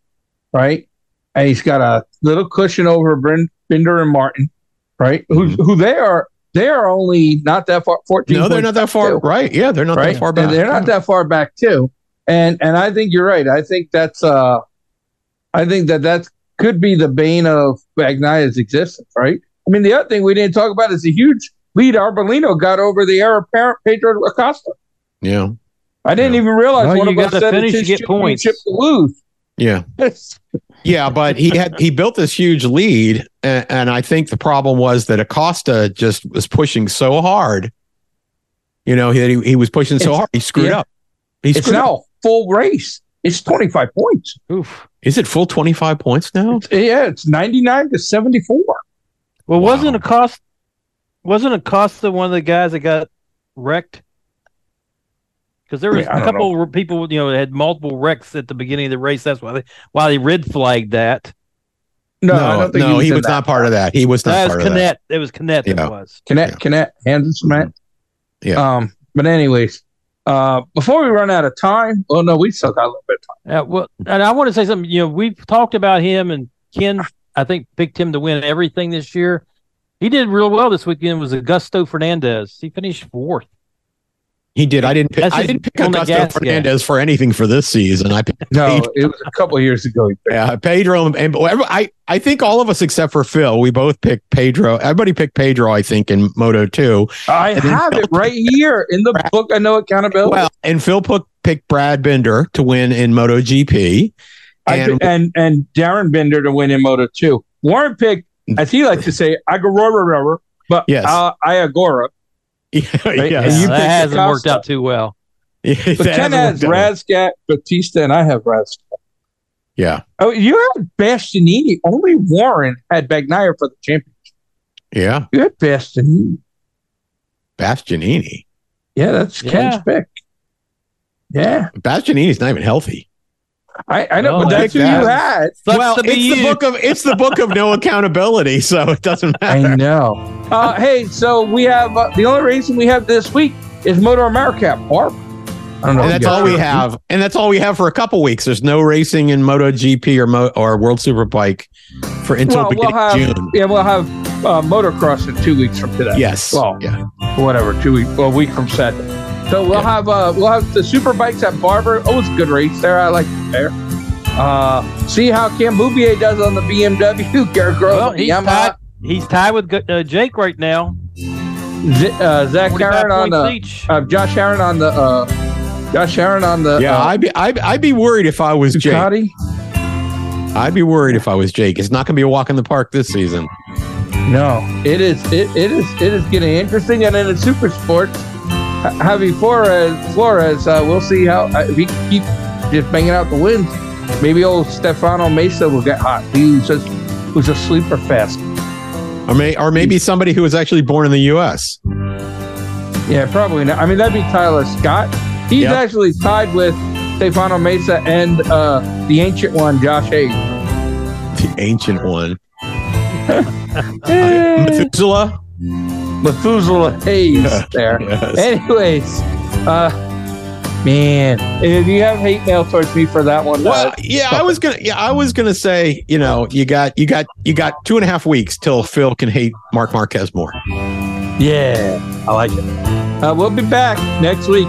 [SPEAKER 2] right? And he's got a little cushion over Brin- Binder and Martin, right? Who who they are they are only not that far fourteen.
[SPEAKER 1] Mm-hmm. No, they're
[SPEAKER 2] points
[SPEAKER 1] not that far.
[SPEAKER 2] too,
[SPEAKER 1] Right? Yeah, they're not
[SPEAKER 2] right?
[SPEAKER 1] that far back.
[SPEAKER 2] And they're not that far back too. And and I think you're right. I think that's uh I think that that could be the bane of Bagnaya's existence, right? I mean, the other thing we didn't talk about is the huge lead Arbolino got over the heir apparent Pedro Acosta.
[SPEAKER 1] Yeah.
[SPEAKER 2] I didn't
[SPEAKER 1] Yeah.
[SPEAKER 2] even realize
[SPEAKER 3] Well,
[SPEAKER 2] one
[SPEAKER 3] you
[SPEAKER 2] of us
[SPEAKER 3] gotta
[SPEAKER 2] said
[SPEAKER 3] finish,
[SPEAKER 2] it's his
[SPEAKER 3] you get points.
[SPEAKER 2] championship to
[SPEAKER 1] Yeah.
[SPEAKER 2] lose.
[SPEAKER 1] Yeah, but he had he built this huge lead, and, and I think the problem was that Acosta just was pushing so hard. You know, he he was pushing so
[SPEAKER 2] It's-
[SPEAKER 1] hard, he screwed
[SPEAKER 2] yeah.
[SPEAKER 1] up. He
[SPEAKER 2] it's
[SPEAKER 1] screwed up.
[SPEAKER 2] now a full race. It's 25 points.
[SPEAKER 3] Oof.
[SPEAKER 1] Is it full twenty five points
[SPEAKER 3] Oh.
[SPEAKER 1] now?
[SPEAKER 2] It's- yeah, it's 99 to 74.
[SPEAKER 3] Well,
[SPEAKER 1] Wow.
[SPEAKER 3] wasn't Acosta wasn't Acosta one of the guys that got wrecked? Because there was
[SPEAKER 2] Yeah, I
[SPEAKER 3] a
[SPEAKER 2] don't
[SPEAKER 3] couple of people, you know, that had multiple wrecks at the beginning of the race. That's why they why they red flagged that.
[SPEAKER 2] No, I don't think
[SPEAKER 1] no,
[SPEAKER 2] was
[SPEAKER 1] he
[SPEAKER 2] in
[SPEAKER 1] was
[SPEAKER 2] that.
[SPEAKER 1] not part of that. He was not
[SPEAKER 3] That
[SPEAKER 1] part
[SPEAKER 3] was
[SPEAKER 1] of that.
[SPEAKER 3] Canet. It was Canet
[SPEAKER 1] Yeah. Mm-hmm.
[SPEAKER 3] that was.
[SPEAKER 2] Connect, connect, hands and cement.
[SPEAKER 1] Yeah.
[SPEAKER 2] Um, but anyways, uh, before we run out of time, oh no, we still got a little bit. Of
[SPEAKER 3] Uh, well, and I want to say something. You know, we've talked about him, and Ken, I think, picked him to win everything this year. He did real well this weekend. Was Augusto Fernandez? He finished fourth.
[SPEAKER 1] He did. I didn't. Pick,
[SPEAKER 3] That's
[SPEAKER 1] I
[SPEAKER 3] his-
[SPEAKER 1] didn't pick
[SPEAKER 3] on the
[SPEAKER 1] Augusto
[SPEAKER 3] gas gas.
[SPEAKER 1] Fernandez for anything for this season. I picked
[SPEAKER 2] time. No, it was a couple of years ago.
[SPEAKER 1] uh, Pedro and and I. I think all of us except for Phil, we both picked Pedro. Everybody picked Pedro. I think in Moto two.
[SPEAKER 2] I have it right here in the book. I know accountability.
[SPEAKER 1] Well, and Phil put, picked Brad Bender to win in Moto GP.
[SPEAKER 2] I
[SPEAKER 1] And-
[SPEAKER 2] and, and and Darren Bender to win in Moto two. Warren picked, as he likes to say, Agorora, but
[SPEAKER 1] Yes.
[SPEAKER 2] uh, Iagora.
[SPEAKER 1] [laughs] Yeah,
[SPEAKER 2] And
[SPEAKER 3] Yeah,
[SPEAKER 2] you
[SPEAKER 1] yes.
[SPEAKER 2] picked
[SPEAKER 3] that hasn't worked
[SPEAKER 2] Acosta.
[SPEAKER 3] out too well.
[SPEAKER 1] Yeah, [laughs]
[SPEAKER 2] But
[SPEAKER 1] that
[SPEAKER 2] Ken has
[SPEAKER 1] hasn't worked out.
[SPEAKER 2] Razgat, Batista, and I have Razgat.
[SPEAKER 1] Yeah,
[SPEAKER 2] Oh, you had Bastianini. Only Warren had Bagnaia for the championship.
[SPEAKER 1] yeah.
[SPEAKER 2] You had Bastianini.
[SPEAKER 1] Bastianini.
[SPEAKER 2] Yeah, that's
[SPEAKER 3] Yeah.
[SPEAKER 2] Ken's pick. Yeah,
[SPEAKER 1] Bastianini's not even healthy.
[SPEAKER 2] I, I know,
[SPEAKER 3] Well,
[SPEAKER 2] but that's
[SPEAKER 1] like
[SPEAKER 2] who
[SPEAKER 1] that.
[SPEAKER 2] you had.
[SPEAKER 3] Sucks
[SPEAKER 1] well,
[SPEAKER 3] to be
[SPEAKER 1] it's the
[SPEAKER 3] you.
[SPEAKER 1] book of it's the book of
[SPEAKER 2] [laughs]
[SPEAKER 1] no accountability, so it doesn't [laughs] matter.
[SPEAKER 2] I know. Uh, hey, so we have uh, the only reason we have this week is Motor America, Barb. I don't know.
[SPEAKER 1] and that's all we have. And that's all we have for a couple weeks. There's no racing in MotoGP or Mo- or World Superbike for until
[SPEAKER 2] Well, we'll
[SPEAKER 1] beginning
[SPEAKER 2] have
[SPEAKER 1] June.
[SPEAKER 2] yeah, we'll have uh, motocross in two weeks from today.
[SPEAKER 1] Yes.
[SPEAKER 2] Well,
[SPEAKER 1] yeah.
[SPEAKER 2] whatever, two week, well, a week from Saturday. So we'll
[SPEAKER 1] Yeah.
[SPEAKER 2] have uh, we'll have the super bikes at Barber. Oh, it's a good race there. I like it there. Uh, see how Cam Bouvier does on the BMW. [laughs] Garrett Grove,
[SPEAKER 3] Well,
[SPEAKER 2] on the
[SPEAKER 3] he's
[SPEAKER 2] Yamaha.
[SPEAKER 3] tied. He's tied with Gu- uh, Jake right now.
[SPEAKER 2] Z- uh, Zach
[SPEAKER 3] 45
[SPEAKER 2] Aaron on
[SPEAKER 3] points
[SPEAKER 2] the
[SPEAKER 3] each.
[SPEAKER 2] uh, Josh Aaron on the uh, Josh Aaron on the
[SPEAKER 1] yeah,
[SPEAKER 2] uh,
[SPEAKER 1] I'd be I'd, I'd be worried if I was Jake.
[SPEAKER 2] Ducati.
[SPEAKER 1] I'd be worried if I was Jake. It's not going to be a walk in the park this season.
[SPEAKER 2] No, it is it, it is it is getting interesting, and then in super sports, Ha- Javi Flores Flores, uh, we'll see how uh, if he can keep just banging out the wins. Maybe old Stefano Mesa will get hot. He's just who's a sleeper fast.
[SPEAKER 1] Or may or maybe somebody who was actually born in the U.S.
[SPEAKER 2] Yeah, probably not. I mean, that'd be Tyler Scott. He's
[SPEAKER 1] Yeah.
[SPEAKER 2] actually tied with Stefano Mesa and uh, the ancient one, Josh Hayes.
[SPEAKER 1] The ancient one, Methuselah.
[SPEAKER 2] Methuselah Hayes there.
[SPEAKER 1] Yes.
[SPEAKER 2] Anyways, uh, man, if you have hate mail towards me for that one,
[SPEAKER 1] Well,
[SPEAKER 2] uh,
[SPEAKER 1] yeah, I was gonna, yeah, I was gonna say, you know, you got, you got, you got two and a half weeks till Phil can hate Mark Marquez more.
[SPEAKER 2] yeah, I like it. Uh, we'll be back next week.